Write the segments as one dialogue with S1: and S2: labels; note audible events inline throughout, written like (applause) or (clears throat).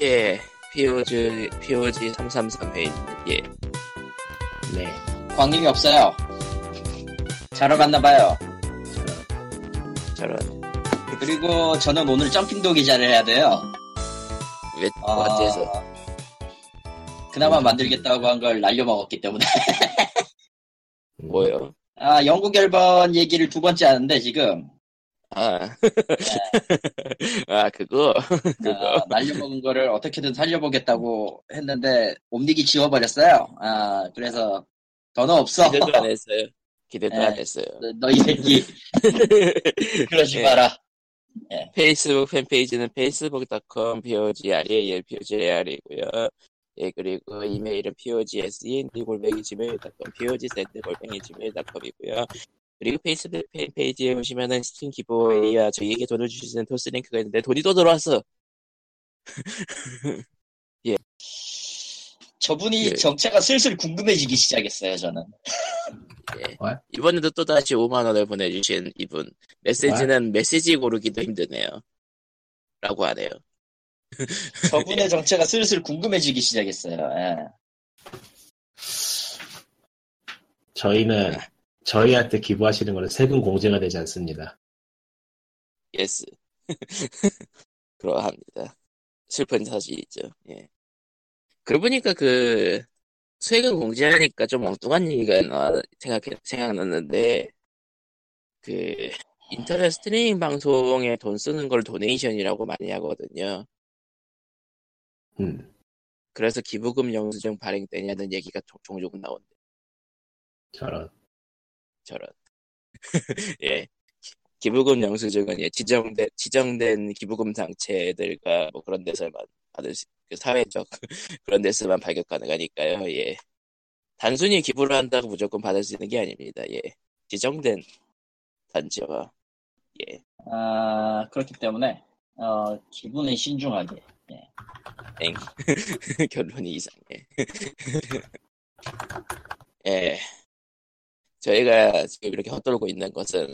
S1: 예, POG, POG 333 페이지. 예.
S2: 네.
S3: 광림이 없어요. 자러 갔나봐요.
S1: 저런.
S3: 그리고 저는 오늘 점핑도 기자를 해야 돼요.
S1: 왜,
S3: 아,
S1: 어째서.
S3: 그나마 만들겠다고 한 걸 날려먹었기 때문에. (laughs)
S1: 뭐요?
S3: 아, 영국 열번 얘기를 두 번째 하는데, (laughs) 지금.
S1: 아. (laughs) 아, 그거?
S3: 아, 날려먹은 거를 어떻게든 살려보겠다고 했는데, 옴닉이 지워버렸어요. 아, 그래서, 더는 없어.
S1: 기대도 안 했어요. 기대도
S3: 예.
S1: 안 했어요.
S3: 너- 너희 새끼, (laughs) 그러지
S1: 예.
S3: 마라.
S1: 페이스북 팬페이지는 facebook.com POGREAL POGREAL이고요. 예, 그리고 이메일은 E, POGSEND-gmail.com POGSEND-gmail.com이고요. 그리고 페이스북 팬페이지에 오시면은 스팀 기부웨이와 저희에게 돈을 주시는 토스 링크가 있는데 돈이 또 들어왔어!
S3: 저분이
S1: 예.
S3: 정체가 슬슬 궁금해지기 시작했어요, 저는.
S1: 이번에도 또다시 5만원을 보내주신 이분. 메시지는 메시지 고르기도 힘드네요. 라고 하네요.
S3: 저분의 정체가 슬슬 궁금해지기 시작했어요. 예.
S2: 저희는 저희한테 기부하시는 거는 세금 공제가 되지 않습니다.
S1: 예스. (laughs) 그러합니다. 슬픈 사실이죠. 예. 그러고 보니까 그 세금 공제하니까 좀 엉뚱한 얘기가 나 생각해 생각났는데 그 인터넷 스트리밍 방송에 돈 쓰는 걸 도네이션이라고 많이 하거든요.
S2: 음.
S1: 그래서 기부금 영수증 발행되냐는 얘기가 종- 종종 나온대.
S2: 저런.
S1: 저런. (laughs) 예. 기- 기부금 영수증은 예, 지정된, 지정된 기부금 단체들과 뭐 그런 데서만 받을 수, 그 사회적 (laughs) 그런 데서만 발급 가능하니까요. 예. 단순히 기부를 한다고 무조건 받을 수 있는 게 아닙니다. 예. 지정된 단체와 (laughs) 예.
S3: 아, 그렇기 때문에, 어, 기분은 신중하게.
S2: 네,
S1: 결론이 이상해. (laughs) 예. 저희가 지금 이렇게 헛돌고 있는 것은,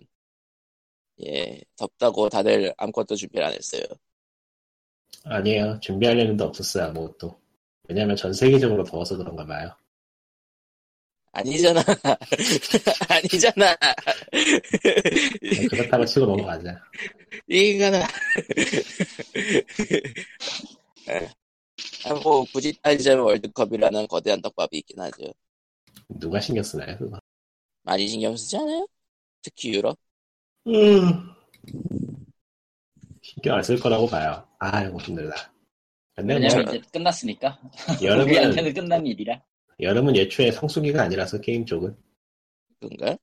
S1: 예, 덥다고 다들 아무것도 준비를 안 했어요.
S2: 아니에요. 준비할 일도 없었어요. 아무것도. 왜냐면 전 세계적으로 더워서 그런가 봐요.
S1: 아니잖아. (laughs) 아니잖아.
S2: 네, 그렇다고 치고 넘어가자.
S1: 이 인간아. 예. 아, 뭐, 굳이 따지자면 월드컵이라는 거대한 떡밥이 있긴 하죠.
S2: 누가 신경 쓰나요, 그거?
S1: 많이 신경 쓰지 않아요? 특히 유럽?
S2: 신경 안 쓸 거라고 봐요. 아이고, 힘들다. 근데 뭐,
S3: 왜냐면
S1: 저런.
S3: 이제 끝났으니까.
S2: 여름은,
S3: 우리한테는 끝난 일이라.
S2: 여름은 예초에 성수기가 아니라서 게임 쪽은.
S1: 그런가?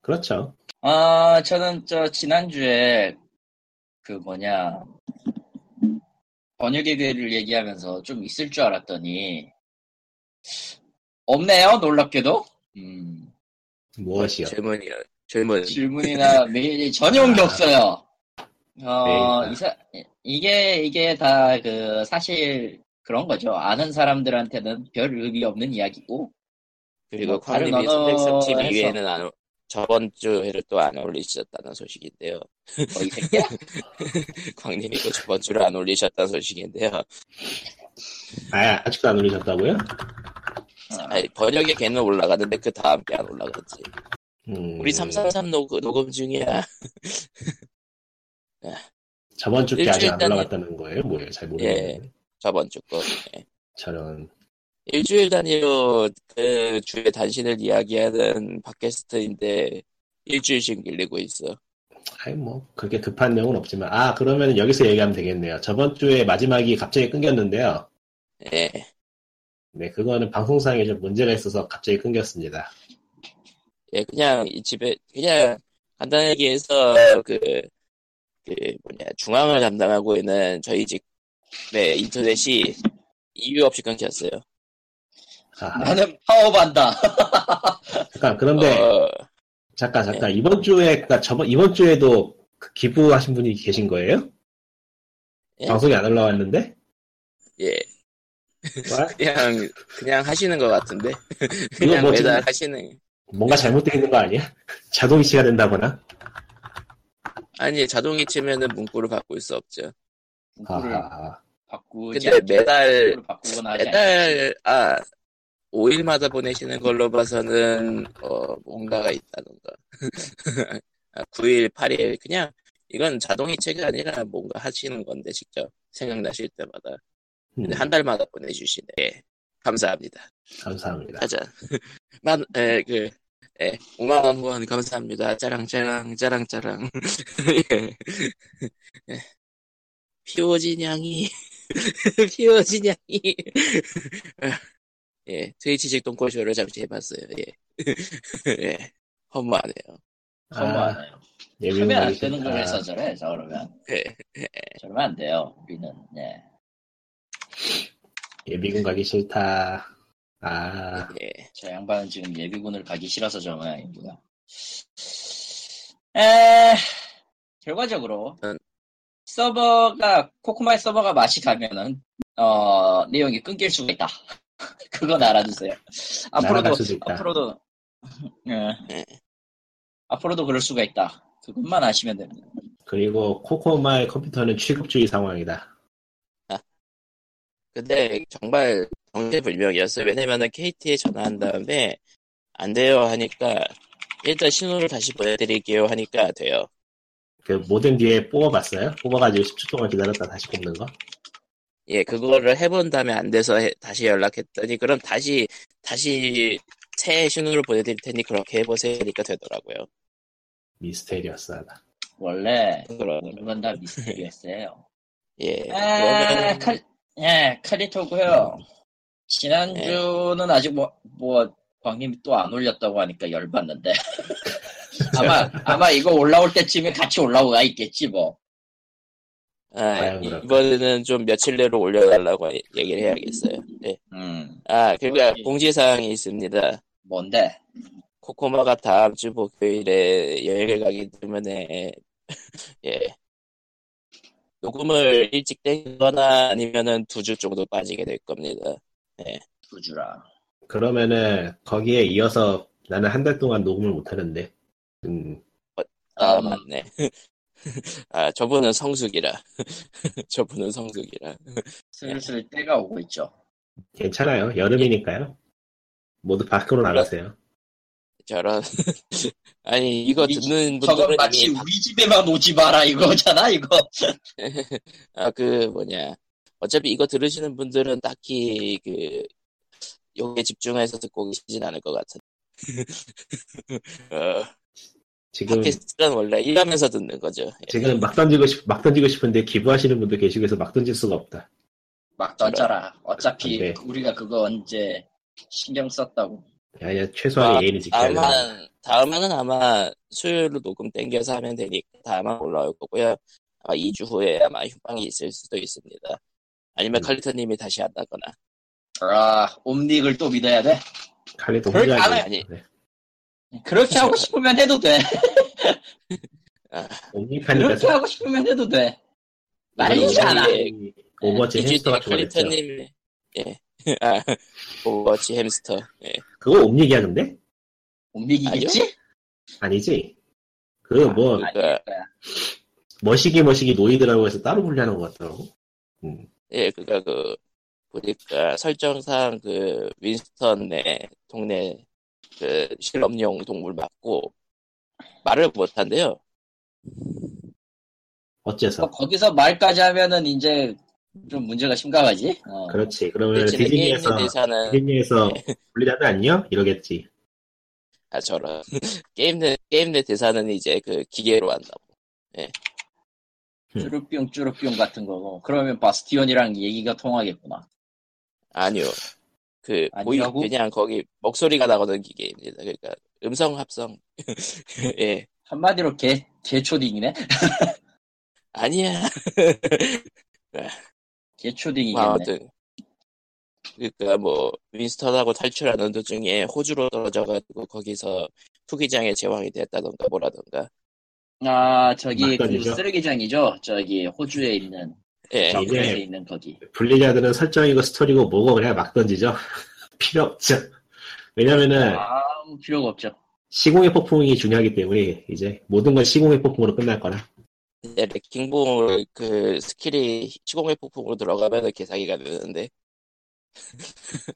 S2: 그렇죠.
S3: 아, 저는 저 지난주에 그 뭐냐 번역의 괴를 얘기하면서 좀 있을 줄 알았더니 없네요 놀랍게도 음,
S2: 무엇이요?
S1: 질문이야. 질문.
S3: 질문이나
S1: 네.
S3: 메일이 전혀
S1: 아.
S3: 온게 없어요. 어,
S2: 메일이나.
S3: 이사- 이게 이게 다 그 사실 그런 거죠. 아는 사람들한테는 별 의미 없는 이야기고
S1: 그리고
S3: 뭐 다른
S1: 광림이 스펙
S3: 언어에서.
S1: 32회는 안, 올- 저번 주에를 또 안 올리셨다는 소식인데요. (laughs)
S3: 뭐이 새끼야.
S1: 광림이 또 저번 주를 안 올리셨다는 소식인데요.
S2: 아, 아직도 안 올리셨다고요?
S3: 어.
S1: 아니, 번역의 개는 올라가는데 그 다음 게 안 올라갔지.
S2: 음,
S1: 우리 333 녹음, 녹음 중이야. (laughs)
S2: 저번 주께 아직
S1: 일주일
S2: 안
S1: 단위.
S2: 올라갔다는 거예요? 뭐예요? 잘 모르겠는데.
S1: 저번 주 거. 예.
S2: 저런,
S1: 일주일 단위로 그 주의 단신을 이야기하는 팟캐스트인데 일주일씩 밀리고 있어.
S2: 아니 뭐 그렇게 급한 내용은 없지만 아 그러면 여기서 얘기하면 되겠네요. 저번 주에 마지막이 갑자기 끊겼는데요.
S1: 예.
S2: 네 그거는 방송상에 좀 문제가 있어서 갑자기 끊겼습니다.
S1: 예, 그냥 이 집에 그냥 간단히 얘기해서 그, 그 뭐냐 중앙을 담당하고 있는 저희 집의 인터넷이 이유 없이 끊겼어요.
S2: 아,
S3: 나는 파업한다.
S2: 잠깐 그런데
S1: 어,
S2: 잠깐 잠깐
S3: 네.
S2: 이번 주에 그러니까 저번 이번 주에도 그 기부하신 분이 계신 거예요?
S1: 예?
S2: 방송이 안 올라왔는데?
S1: 예,
S2: 와,
S1: 그냥 그냥 하시는 것 같은데 (laughs)
S2: 이거
S1: 그냥
S2: 뭐 지금
S1: 매달 하시는
S2: 뭔가 잘못되어 있는 거 아니야? (laughs) 자동이체가 된다거나?
S1: 아니 자동이체면은 문구를 바꿀 수 없죠.
S3: 음. 문구를
S2: 아,
S3: 바꾸지
S1: 근데
S3: 않게
S1: 매달
S3: 새로 바꾸거나 하지 않겠지.
S1: 매달 아 5일마다 보내시는 걸로 봐서는 어 뭔가가 있다던가 (laughs) 아, 9일 8일 그냥 이건 자동이체가 아니라 뭔가 하시는 건데 직접 생각나실 때마다
S2: 음,
S3: 네.
S1: 근데 한 달마다 보내주시네 예, 감사합니다
S2: 감사합니다.
S1: (laughs) 짜잔 만에그 예, 5만 원 후원 감사합니다 짜랑짜랑 짜랑짜랑 (laughs) 예. 예. 피오진양이 (laughs) 피오진양이 (laughs) 예 트위치식 똥꼬쇼를 잠시 해봤어요 (laughs) 예, 예. 허무하네요
S2: 아,
S3: 선호하나요?
S2: 예민
S3: 하면 안
S2: 말이지.
S3: 되는 걸
S2: 아,
S3: 해서 저래 저 그러면
S1: 예.
S3: 저러면 안 돼요 우리는 예
S2: 아, 예비군 가기 싫다. 아,
S1: 예.
S3: 저 양반은 지금 예비군을 가기 싫어서 저 모양이고요. 에, 결과적으로
S2: 네.
S1: 음.
S3: 서버가 코코마의 서버가 맛이 가면은 어 내용이 끊길 수가 있다. (laughs) 그건 알아두세요. 앞으로도
S2: 날아갈 수도 있다.
S3: 앞으로도
S1: 네.
S3: 예. 앞으로도 그럴 수가 있다. 그것만 아시면 됩니다.
S2: 그리고 코코마의 컴퓨터는 취급주의 상황이다.
S1: 근데 정말 정체불명이었어요. 왜냐면은 KT에 전화한 다음에 안 돼요 하니까 일단 신호를 다시 보내드릴게요 하니까 돼요.
S2: 그 모든 뒤에 뽑아봤어요? 뽑아가지고 10초 동안 기다렸다 다시 뽑는 거?
S1: 예, 그거를 해본 다음에 안 돼서 해- 다시 연락했더니 그럼 다시 다시 새 신호를 보내드릴 테니 그렇게 해보세요 하니까 되더라고요.
S2: 미스테리어스하다.
S3: 원래
S1: 그러면
S3: 모든 건다 미스테리였어요.
S1: 예,
S3: 아,
S1: 그러면
S3: 칼, 예, 칼리토고요. 지난주는 아직 뭐, 뭐, 광님이 또 안 올렸다고 하니까 열받는데. (laughs) 아마, 아마 이거 올라올 때쯤에 같이 올라와 있겠지, 뭐.
S1: 아,
S2: 아유, 그럴까.
S1: 이번에는 좀 며칠 내로 올려달라고 얘기를 해야겠어요. 예,
S3: 음,
S1: 아 그리고 공지사항이 있습니다.
S3: 뭔데?
S1: 코코마가 다음 주 목요일에 여행을 가기 때문에 (laughs) 예 녹음을 일찍 땡거나 아니면은 두 주 정도 빠지게 될 겁니다.
S3: 부주라.
S2: 그러면은 거기에 이어서 나는 한 달 동안 녹음을 못하는데. 음,
S1: 아
S3: 음.
S1: 맞네. 아 저분은 성숙이라 (laughs) 저분은 성숙이라
S3: 슬슬 때가 오고 있죠.
S2: 괜찮아요. 여름이니까요. 모두 밖으로 나가세요.
S1: 저런 (laughs) 아니 이거
S3: 이-
S1: 듣는
S3: 저건
S1: 분들은
S3: 마치
S1: 이미
S3: 우리 집에만 오지 마라, 이거잖아, 이거.
S1: 아그 뭐냐 어차피 이거 들으시는 분들은 딱히 그 여기에 집중해서 듣고 계시진 않을 것
S3: (laughs)
S1: 같은. 어.
S2: 지금
S1: 팟캐스트는 원래 일하면서 듣는 거죠. 예.
S2: 지금 막 던지고 싶, 막 던지고 싶은데 기부하시는 분들 계시고 해서 막 던질 수가 없다.
S3: 막 던져라. 어차피
S2: 네.
S3: 우리가 그거 언제 신경 썼다고.
S2: 아니야 최소한
S1: 아,
S2: 예의는 지켜야
S1: 다음은
S2: 된다.
S1: 다음은 아마 수요일로 녹음 땡겨서 하면 되니까 다음은 올라올 거고요. 아마 2주 후에 아마 휴방이 있을 수도 있습니다. 아니면
S2: 음.
S1: 칼리터님이 다시 한다거나.
S3: 아, 옴닉을 또 믿어야 돼?
S2: 칼리도
S3: 그럴
S2: 혼자
S3: 줄
S2: 하기.
S1: 아니.
S2: 네.
S3: 그렇게 하고 싶으면 해도 돼.
S2: 옴니카니까
S3: 그렇게
S2: 좀-
S3: 하고 싶으면 해도 돼. 말리지 않아.
S1: 네.
S2: 오버워치
S1: 이주 뒤에
S2: 햄스터가 죽어냈죠.
S1: 칼리터님이 예. (laughs) 아, 오버워치 햄스터. 예.
S2: 그거 옴닉이야 근데?
S3: 옴닉이겠지?
S2: 아니지? 그 뭐
S1: 아니.
S3: 아닐 거야.
S2: 머시기 머시기 노이드라고 해서 따로 분류하는 것 같더라고.
S1: 예, 그니까 그 보니까 설정상 그 윈스턴의 동네 그 실험용 동물 맞고 말을 못 한대요.
S2: 어째서?
S3: 뭐 거기서 말까지 하면은 이제 좀 문제가 심각하지? 어.
S2: 그렇지. 그러면
S1: 대신에
S2: 디즈니에서
S1: 게임에 사는
S2: 디즈니에서 분리자도 안녕? 이러겠지.
S1: 아 저런 (laughs) 게임 내 게임 내 대사는 이제 그 기계로 한다고
S3: 쭈루뿅 쭈루뿅 같은 거고. 그러면 바스티온이랑 얘기가 통하겠구나.
S1: 아니요 그 보이
S3: 아니라고?
S1: 그냥 거기 목소리가 나오는 기계입니다 그러니까 음성 합성 (laughs) 예
S3: 한마디로 개, 개초딩이네?
S1: 아니야 뭐
S3: 개초딩이겠네.
S1: 아무튼 그러니까 뭐 윈스턴하고 탈출하는 도중에 호주로 떨어져가지고 거기서 투기장의 제왕이 됐다던가 뭐라던가
S3: 아, 저기 그
S2: 막걸리죠? 네.
S3: 쓰레기장이죠? 저기 호주에 있는,
S1: 예
S2: 저-
S3: 정글에
S2: 이게-
S3: 있는 거기.
S2: 분리자들은 설정이고 스토리고 뭐고 그냥 막 던지죠. (laughs) 필요 없죠. 왜냐면은
S3: 아무 필요가 없죠.
S2: 시공의 폭풍이 중요하기 때문에 이제 모든 건 시공의 폭풍으로 끝날 거라.
S1: 이제 레킹볼 그 스킬이 시공의 폭풍으로 들어가면 이렇게 사기가 되는데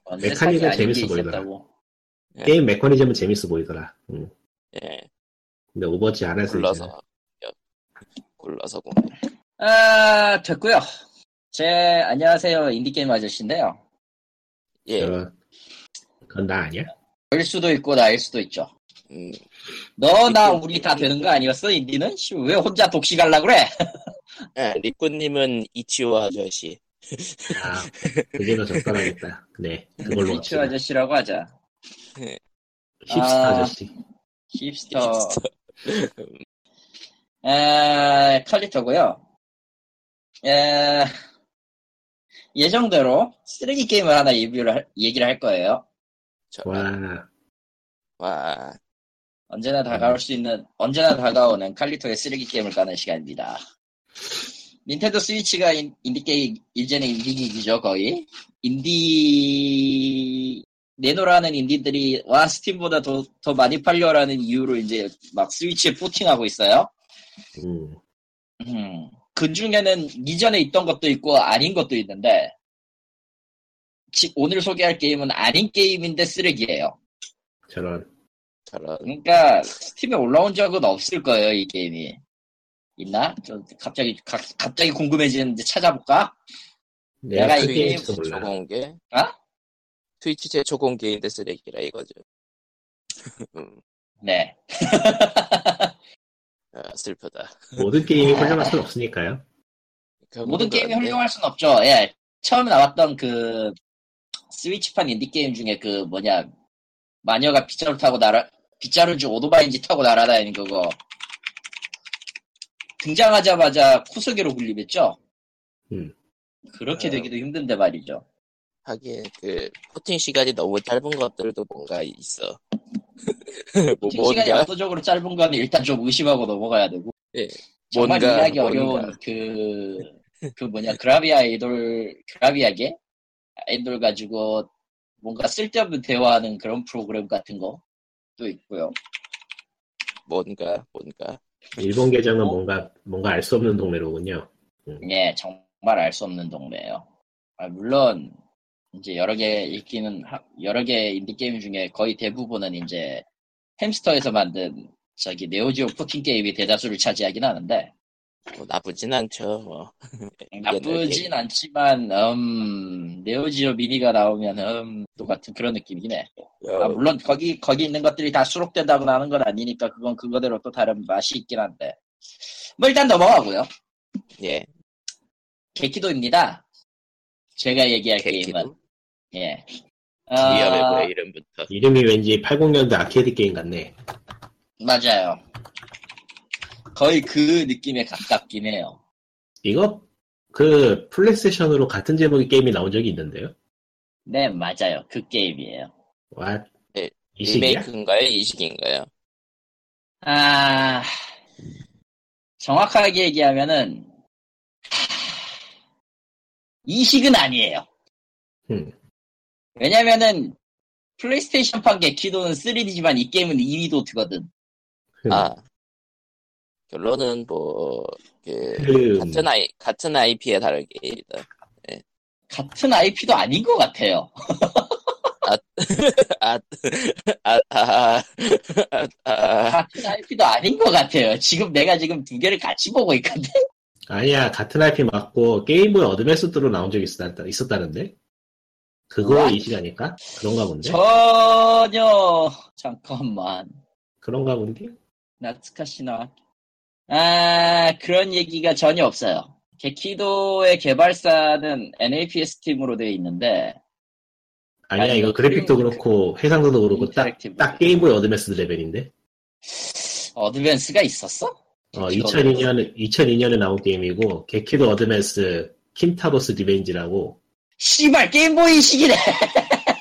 S3: 언제
S2: 메카닉은
S3: 사기 아닌 게
S2: 재밌어 보이더라.
S3: 있었다고.
S2: 게임 메커니즘은 재밌어 보이더라. 음.
S1: 예
S2: 근데 오버워치 안 해서 이제
S1: 골라서 골라서 구매.
S3: 아 됐고요. 제 안녕하세요 인디게임 아저씨인데요.
S1: 예
S2: 그런 그건 나 아니야?
S3: 일 수도 있고 나일 수도 있죠.
S1: 음,
S3: 너 나 우리 다 되는 거 아니었어 인디는? 씨, 왜 혼자 독식하려 그래? (laughs)
S1: 예, 리꾸님은 이치오 아저씨
S2: 아 그게 더 적당하겠다. 네 그걸로
S3: (laughs) 미츠
S2: 합시다.
S3: 아저씨라고 하자.
S2: 힙스터
S3: 아.
S2: 아저씨.
S3: 힙스터 에, 칼리터고요. 에, 예정대로 쓰레기 게임을 하나 리뷰를 할- 얘기를 할 거예요.
S1: 저와
S2: 와
S3: 언제나 다가올 수 있는 언제나 다가오는 칼리토의 쓰레기 게임을 까는 시간입니다. 닌텐도 스위치가 인, 디 게임 이제는 인디기기죠 거의 인디 내노라는 인디들이 와 스팀보다 더, 더 많이 팔려라는 이유로 이제 막 스위치에 포팅하고 있어요.
S2: 음.
S3: 음, 그 중에는 이전에 있던 것도 있고 아닌 것도 있는데 지- 오늘 소개할 게임은 아닌 게임인데 쓰레기예요.
S2: 저런
S1: 저런
S3: 그러니까 스팀에 올라온 적은 없을 거예요 이 게임이 있나? 좀 갑자기 가- 갑자기 궁금해지는데 찾아볼까? 내가
S2: 내가 이
S3: 이
S2: 게임
S3: 게임
S2: 도
S1: 트위치
S2: 아, 몰라.
S1: 초공개
S3: 아?
S1: 트위치 최초 공개인데 쓰레기라 이거죠 음,
S3: 네.
S1: 아, 슬프다
S2: 모든 게임이 훌륭할 수는 없으니까요.
S3: 모든 게임이
S1: 그런데
S3: 훌륭할 순 없죠. 예. 처음 나왔던 그 스위치판 인디 게임 중에 그 뭐냐 마녀가 빗자루 타고 날아 빗자루인지 오토바이인지 타고 날아다니는 그거 등장하자마자 쿠스기로 굴림했죠.
S2: 음.
S3: 그렇게
S1: 아.
S3: 되기도 힘든데 말이죠.
S1: 하긴 그 포팅 시간이 너무 짧은 것들도 뭔가 있어 (laughs) 뭐,
S3: 특 시간이
S1: 뭔가
S3: 압도적으로 짧은 건 일단 좀 의심하고 넘어가야 되고.
S1: 예.
S3: 정말
S1: 뭔가,
S3: 이해하기
S1: 뭔가.
S3: 어려운 그, 그 뭐냐, 그라비아 아이돌, 그라비아계? 아이돌 가지고 뭔가 쓸데없는 대화하는 그런 프로그램 같은 거. 도 있고요.
S1: 뭔가 뭔가
S2: 일본 계정은
S3: 어?
S2: 뭔가 뭔가 알 수 없는 동네로군요.
S3: 예, 정말 알 수 없는 동네예요. 아, 물론 이제 여러 개 있기는 하- 여러 개 인디 게임 중에 거의 대부분은 이제 햄스터에서 만든 저기 네오지오 포팅 게임이 대다수를 차지하긴 하는데
S1: 뭐 나쁘진 않죠 뭐
S3: 나쁘진 않지만 음 네오지오 미니가 나오면 음또 같은 그런 느낌이긴 해.
S1: 어.
S3: 아, 물론 거기 거기 있는 것들이 다 수록된다거나 하는 건 아니니까 그건 그거대로 또 다른 맛이 있긴 한데 뭐 일단 넘어가고요.
S1: 예
S3: 개키도입니다. 제가 얘기할 게임은
S1: 개키도
S3: 예.
S1: 위험해
S3: 아,
S1: 보여 이름부터
S2: 이름이 왠지 80년대 아케이드 게임 같네.
S3: 맞아요. 거의 그 느낌에 가깝긴 해요.
S2: 이거 그 플레이스테이션으로 같은 제목의 게임이 나온 적이 있는데요.
S3: 네, 맞아요. 그 게임이에요.
S2: 와,
S1: 네,
S2: 이 시기야?
S1: 리메이크인가요 이식인가요
S3: 아, 정확하게 얘기하면은, 이식은 아니에요.
S2: 음.
S3: 왜냐면은, 플레이스테이션판 개키도는 3D지만 이 게임은 2D도트거든.
S1: 아 결론은 뭐그
S2: 음,
S1: 같은 아이 같은 IP의 다른 게임이다
S3: 같은 IP도 아닌 것 같아요.
S1: 아, 아아아아아
S3: 같은 IP도 아닌 것 같아요. 지금 내가 지금 두 개를 같이 보고 있거든.
S2: 아니야 같은 IP 맞고 게임보이 어드밴스드로 나온 적이 있었다, 있었다는데 그거
S3: What?
S2: 이 시간일까? 그런가 본데?
S3: 전혀 잠깐만
S2: 그런가 본데?
S3: 나츠카시나 아 그런 얘기가 전혀 없어요 개키도의 개발사는 NAPS 팀으로 되어 있는데
S2: 아니야
S3: 아니,
S2: 이거 그래픽도
S3: 그림-
S2: 그렇고 해상도도 그렇고 딱,
S3: 인터랙티브.
S2: 딱 게임보이 어드밴스드 레벨인데
S3: 어드밴스가 있었어?
S2: 어,
S3: 개키도
S2: 2002년, 2002년에 나온 게임이고 개키도 어드밴스 킴타로스 리벤지라고
S3: 씨발 게임보이식이네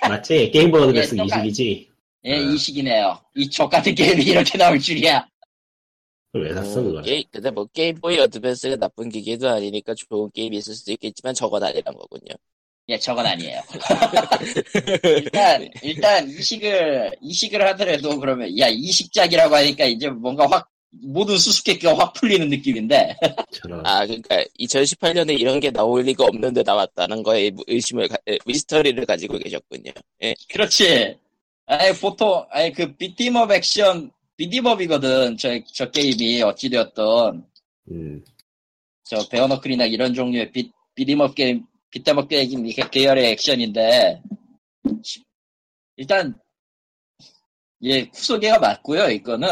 S2: 맞지? 게임보이 어드밴스
S3: 예, 똑같-
S2: 이식이지?
S3: 예
S2: 음.
S3: 이식이네요 이 족같은 게임이 이렇게 나올 줄이야
S2: 그걸 왜 샀어 그걸?
S1: 게, 근데 뭐 게임보이 어드밴스가 나쁜 기계도 아니니까 좋은 게임이 있을 수도 있겠지만 저건 아니란
S2: (laughs)
S1: 거군요
S3: 예 저건 아니에요
S2: (laughs) 네.
S3: 일단 일단 이식을 이식을 하더라도 그러면 야 이식작이라고 하니까 이제 뭔가 확 모든 수수께끼가 확 풀리는 느낌인데
S2: 저런.
S1: 아, 그러니까 2018년에 이런 게 나올 리가 없는데 나왔다는 거에 의심을 가, 에, 미스터리를 가지고 계셨군요.
S3: 그렇지 아예 보통 아예 그 비팀업 액션 비디법이거든 저, 저 게임이 어찌되었던
S2: 음.
S3: 저 베어너클이나 이런 종류의 비, 비디먹 게임, 비대먹 게임 이- 계열의 액션인데 일단 예 후소개가 맞고요 이거는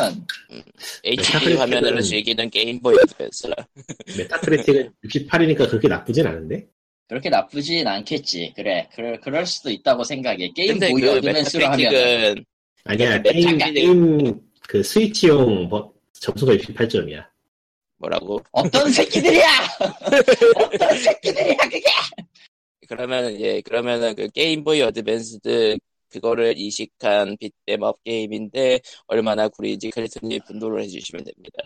S2: 네,
S1: HD 화면으로 즐기는 게임보이 어드밴스라.
S2: 메타크리틱은 (laughs) 68이니까 그렇게 나쁘진 않은데?
S3: 그렇게 나쁘진 않겠지 그래 그럴, 그럴 수도 있다고 생각해 게임
S1: 근데
S3: 보이
S1: 그
S3: 어드밴스로 하면
S1: 메타크리틱은
S2: 아니야,
S1: 메타-
S2: 게임,
S1: 잠깐.
S2: 게임, 그 스위치용 뭐, 점수가 68점이야.
S3: (laughs)
S1: 뭐라고?
S3: 어떤 새끼들이야 (laughs) 어떤 새끼들이야 그게
S1: 그러면은 예, 그러면은 그 게임보이 어드밴스드 그거를 이식한 빗댐업 게임인데 얼마나 구리인지 크리스님 분노를 해주시면 됩니다.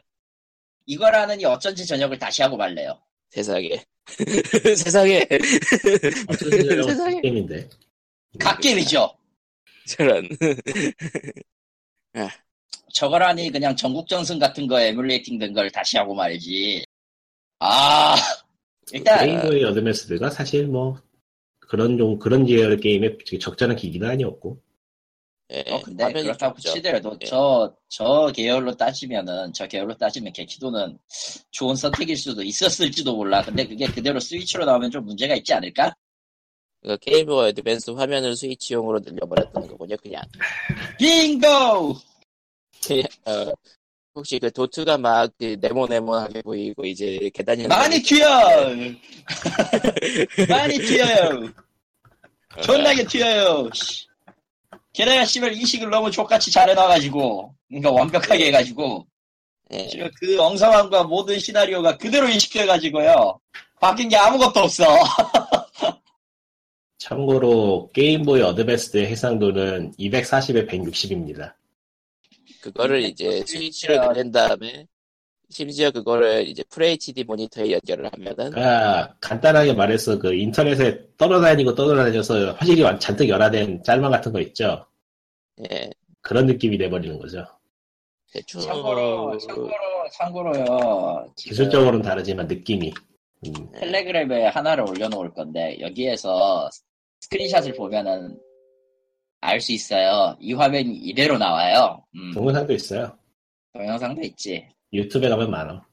S3: 이거라느니 어쩐지 저녁을 다시 하고 말래요
S1: 세상에. (laughs) 세상에. (laughs) 세상에.
S2: 어, 게임인데. 음.
S3: 각 게임이죠
S1: 저런.
S3: 저거라니 그냥 전국전승 같은 거 에뮬레이팅 된 걸 다시 하고 말지. 아, 일단,
S2: 게임보이 어드밴스드가 사실 뭐, 그런 종, 그런 계열의 게임에 적절한 기기는 아니었고.
S1: 예,
S3: 어, 근데
S1: 화면이
S3: 그렇다고
S1: 좁죠.
S3: 치더라도
S1: 예.
S3: 저, 저 계열로 따지면은, 저 계열로 따지면 개키도는 좋은 선택일 수도 있었을지도 몰라. 근데 그게 그대로 스위치로 나오면 좀 문제가 있지 않을까?
S1: 그 게임 오브 어드밴스 화면을 스위치용으로 늘려버렸던 거군요, 그냥.
S3: 빙고!
S1: 그냥, 어, 혹시 그 도트가 막그 네모네모하게 보이고 이제 계단이
S3: 많이 튀어! (laughs) 많이 튀어요!
S1: 어,
S3: 존나게 튀어요! 씨. 게다가 씨발 인식을 너무 족같이 잘 해놔가지고, 그러니까 완벽하게 해가지고,
S1: 예.
S3: 지금 그 엉성함과 모든 시나리오가 그대로 인식돼가지고요. 바뀐 게 아무것도
S2: (laughs)
S3: 없어.
S2: 참고로, 게임보이 어드밴스드의 해상도는 240에 160입니다.
S1: 그거를
S3: (laughs)
S1: 이제 스위치를 늘린 다음에 심지어 그거를 이제 FHD 모니터에 연결을 하면은
S2: 그러니까 간단하게 말해서 그 인터넷에 떠돌아다니고 떠돌아다녀서 화질이 완- 잔뜩 열화된 짤망 같은 거 있죠.
S1: 예,
S2: 그런 느낌이 돼버리는 거죠.
S1: 대충 어, 그
S3: 참고로, 참고로, 참고로요. 지금
S2: 어. 기술적으로는 다르지만 느낌이. 음,
S3: 텔레그램에 하나를 올려놓을 건데 여기에서 스크린샷을 보면은 알 수 있어요. 이 화면이 이대로 나와요. 음,
S2: 동영상도 있어요.
S3: 동영상도 있지.
S2: 유튜브에 가면 많아.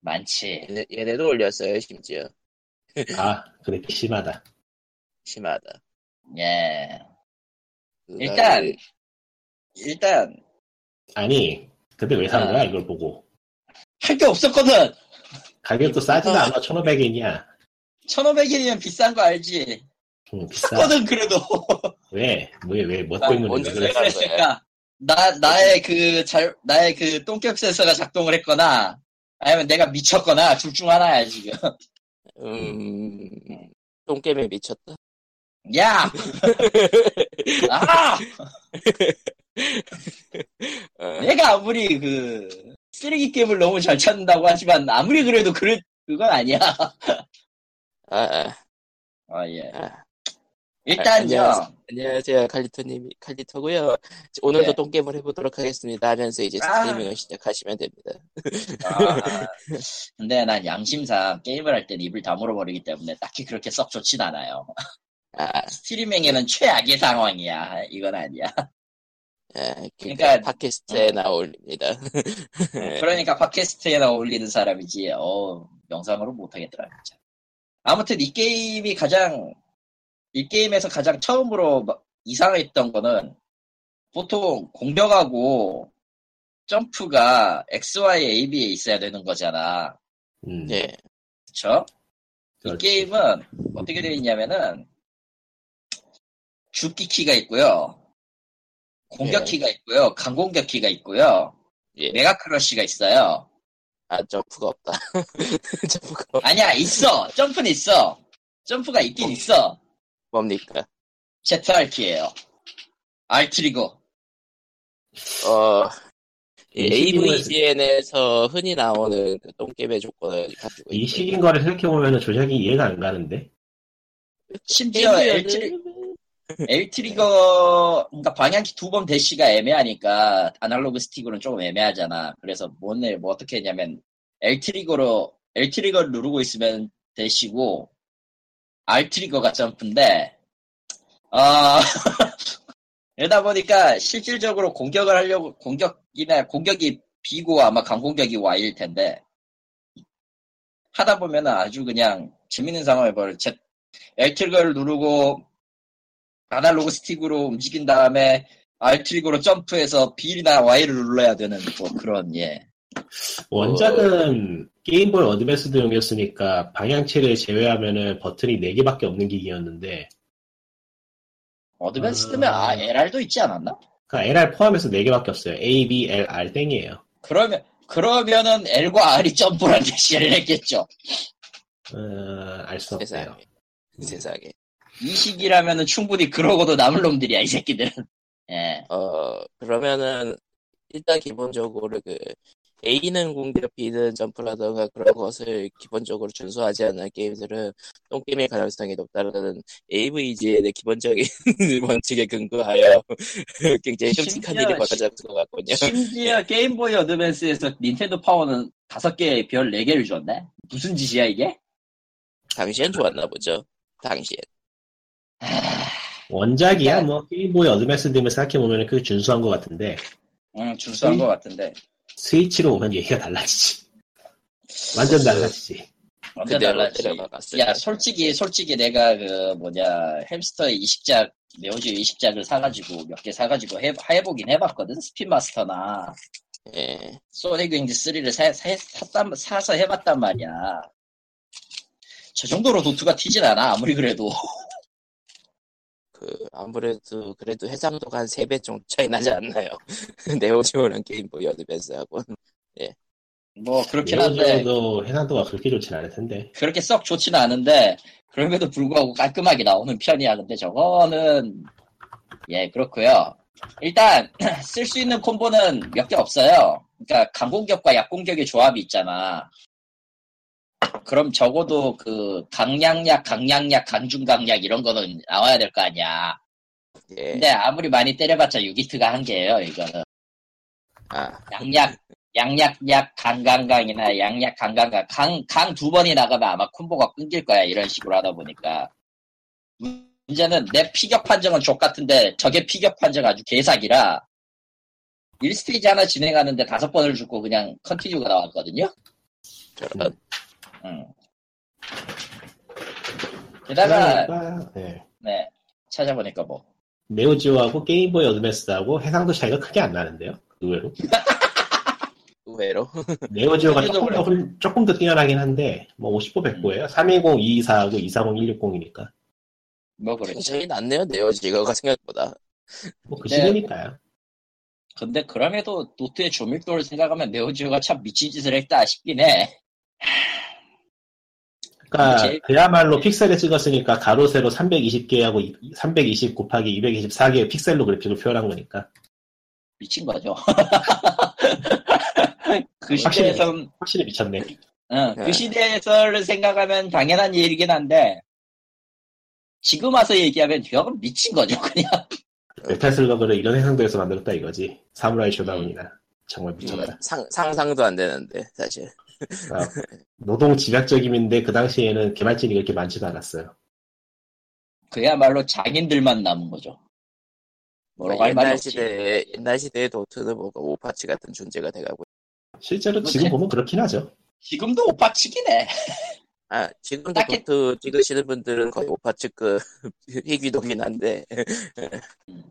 S3: 많지.
S1: 얘네, 얘네도 올렸어요 심지어
S2: 아, 그래, 심하다.
S1: 심하다
S3: 예.
S1: 그거를-
S3: 일단 일단
S2: 아니, 근데 왜 사는 거야, 이걸 보고.
S3: 할 게 없었거든.
S2: 가격도 싸지도 않아, 1,500엔이야.
S3: 1,500엔이면 비싼 거 알지?
S2: 음, 비싸.
S3: 샀거든 그래도.
S2: 왜? 왜, 왜, 뭐
S3: 아,
S2: 때문에
S1: 뭔지
S2: 그래?
S1: 그런
S3: 그랬을까? 나, 나의 그, 잘, 나의 그 똥격 센서가 작동을 했거나, 아니면 내가 미쳤거나, 둘 중 하나야, 지금. (laughs)
S1: 음 똥겜에 (laughs) 미쳤다
S3: 야! 아!
S1: 어,
S3: 내가 아무리 그, 쓰레기 게임을 너무 잘 찾는다고 하지만, 아무리 그래도 그, 그건 아니야. (laughs)
S1: 아, 아,
S3: 아, 예.
S1: 아.
S3: 일단요.
S1: 안녕하세요 칼리토님 칼리토고요 오늘도
S3: 네.
S1: 똥겜을 해보도록 하겠습니다 하면서 이제
S3: 아.
S1: 스트리밍을 시작하시면 됩니다
S3: 아, 근데 난 양심상 게임을 할 땐 입을 다물어 버리기 때문에 딱히 그렇게 썩 좋진 않아요. (laughs)
S1: 아,
S3: 스트리밍에는 최악의 상황이야. 이건 아니야.
S1: 아, 그러니까
S3: 그러니까-
S1: 팟캐스트에 나올립니다
S2: 예.
S1: 네.
S3: 그러니까 팟캐스트에나 올리는 사람이지, 어, 영상으로 못하겠더라, 진짜. 아무튼 이 게임이 가장, 이 게임에서 가장 처음으로 막 이상했던 거는, 보통 공격하고 점프가 XY, AB에 있어야 되는 거잖아.
S2: 음,
S1: 예.
S3: 그쵸? 이
S2: 그렇지.
S3: 게임은 어떻게 되어 있냐면은, 죽기 키가 있고요. 공격
S1: 예.
S3: 키가 있고요. 강공격 키가 있고요.
S1: 예.
S3: 메가 크러쉬가 있어요.
S1: (laughs) 아, 점프가 없다. (laughs) 점프가 없...
S3: 아니야 있어 점프는 있어 점프가 있긴 있어
S1: 뭡니까?
S3: 제트 알키예요 알트리고
S1: 어, 이
S2: 인식임을-
S1: AVGN에서 흔히 나오는 그 똥겜의 조건을 가지고
S2: 이 식인 거를 생각해보면 조작이 이해가 안 가는데?
S3: 심지어
S1: 게임을-
S3: 엘트리 엘트리거, 그러니까 방향키 두 번 대시가 애매하니까 아날로그 스틱으로는 조금 애매하잖아. 그래서 뭔을 뭐 어떻게 했냐면 L트리거로, L트리거를 누르고 있으면 대시고 R트리거가 점프인데, 어, (laughs) 이러다 보니까 실질적으로 공격을 하려고, 공격이나, 공격이 B고 아마 강공격이 Y일 텐데, 하다 보면 아주 그냥 재밌는 상황이 벌어. 제, L트리거를 누르고 아날로그 스틱으로 움직인 다음에 R트리거로 점프해서 B나 Y를 눌러야 되는 뭐 그런, 예.
S2: 원작은 게임볼 어드밴스드용이었으니까 방향치를 제외하면은 버튼이 4개밖에 없는 기기였는데
S3: 어드밴스드면 아, LR도 있지 않았나?
S2: 그 LR 포함해서 4개밖에 없어요. A, B, L, R 땡이에요.
S3: 그러면, 그러면은 L과 R이 점프란 (laughs) 대시를 했겠죠.
S2: 어, 알 수 없어요.
S1: 세상에. 그
S3: 음.
S1: 세상에.
S3: 이 시기라면은 충분히 그러고도 남을 놈들이야, 이 새끼들은. 예.
S1: 어, 그러면은, 일단 기본적으로 그, A는 공격, B는 점프라던가 그런 것을 기본적으로 준수하지 않는 게임들은 똥게임의 가능성이 높다는 AVG의 기본적인 (laughs) 원칙에 근거하여 (laughs) 굉장히 끔찍한 일이
S3: 심지어
S1: 벌어졌을 것 같군요.
S3: 심지어 게임보이 어드밴스에서 닌텐도 파워는 다섯 개의 별 네개를 줬네? 무슨 짓이야, 이게?
S1: 당시엔 좋았나 보죠. 당시엔.
S2: 원작이야
S3: 네.
S2: 뭐 게임볼 어드밴스드임을 생각해보면 그게 준수한 것 같은데
S3: 응, 준수한
S2: 음.
S3: 것 같은데.
S2: 스위치로 오면
S3: (laughs)
S2: 얘기가 달라지지. 완전 달라지지.
S3: 완전
S1: 그대로
S3: 달라지.
S1: 데려가갔어요.
S3: 야, 솔직히, 솔직히 내가 그, 뭐냐, 햄스터의 이식작, 네오지오 이식작을 사가지고, 몇 개 사가지고 해, 해보긴 해봤거든? 스피마스터나,
S1: 예.
S3: 소닉 윙즈 3를 사, 사, 샀단, 사서 해봤단 말이야. 저 정도로 도트가 튀진 않아, 아무리 그래도. (laughs)
S1: 그, 아무래도, 그래도 해상도가 한 3배 정도 차이 나지 않나요? (laughs) 네오지오랑 게임보이 어드밴스하고.
S3: 뭐, 그렇긴 한데,
S2: 네오지오도 해상도가 그렇게 좋진 않을 텐데.
S3: 그렇게 썩 좋지는 않은데, 그럼에도 불구하고 깔끔하게 나오는 편이야. 근데 저거는, 예, 그렇고요 일단, (clears throat) 쓸 수 있는 콤보는 몇 개 없어요. 그러니까, 강공격과 약공격의 조합이 있잖아. 그럼 적어도 그, 강량약, 강량약, 강중강약 이런 거는 나와야 될 거 아니야.
S1: 예.
S3: 근데 아무리 많이 때려봤자 유기트가 한계예요 이거는
S1: 아,
S3: 양약 양약약 강강강이나 양약 강강강 강 강 두 번이 나가면 아마 콤보가 끊길 거야 이런 식으로 하다 보니까 문제는 내 피격 판정은 족 같은데 적의 피격 판정 아주 개사기라 1스테이지 하나 진행하는데 다섯 번을 죽고 그냥 컨티뉴가 나왔거든요
S1: 저런.
S3: 음. 게다가
S2: 그러니까, 네.
S3: 네 찾아보니까 뭐
S2: 네오지오하고 게임보이 어드밴스하고 해상도 차이가 크게 안 나는데요. 의외로.
S1: 의외로.
S2: 네오지오가
S3: 그래도
S2: 조금 더, 훌- 조금 더 뛰어나긴 한데 뭐 50보 100보예요. 310, 224하고 240, 160이니까.
S3: 뭐 그래
S1: 굉장히 낫네요, 네오지오가 생각보다.
S2: 뭐 그
S3: 네.
S2: 시기니까요.
S3: 근데 그럼에도 노트의 조밀도를 생각하면 네오지오가 참 미친 짓을 했다 싶긴 해.
S2: 그러니까
S3: 제일-
S2: 그야말로 픽셀에 찍었으니까 가로 세로 320개하고 320 곱하기 224개의 픽셀로 그래픽을 표현한 거니까
S3: 미친
S2: (laughs)
S3: 거죠. 그
S2: 확실히.
S3: 시대에선,
S2: 확실히 미쳤네.
S3: 응,
S1: 네.
S3: 그 시대에서를 생각하면 당연한 얘기긴 한데, 지금 와서 얘기하면 그건 미친 거죠, (laughs) 그냥.
S2: 메탈 슬러그를 이런 해상도에서 만들었다 이거지. 사무라이 쇼다운이나 정말 미쳤다.
S1: 상, 상상도 안 되는데, 사실.
S2: 아, 노동 집약적임인데 그 당시에는 개발진이 그렇게 많지도 않았어요.
S3: 그야말로 장인들만 남은 거죠. 뭐라고 할 말이
S1: 아, 옛날
S3: 없지.
S1: 시대에, 옛날 시대에 도트는 뭔가 오파치 같은 존재가 돼가고.
S2: 뭐 실제로
S3: 그치.
S2: 지금 보면 그렇긴 하죠.
S3: 지금도 오빠치긴 해.
S1: 아, 지금도
S3: 딱히-
S1: 도트 찍으시는 분들은 거의 오파츠급 그 (laughs) 희귀도긴 한데.
S3: 음.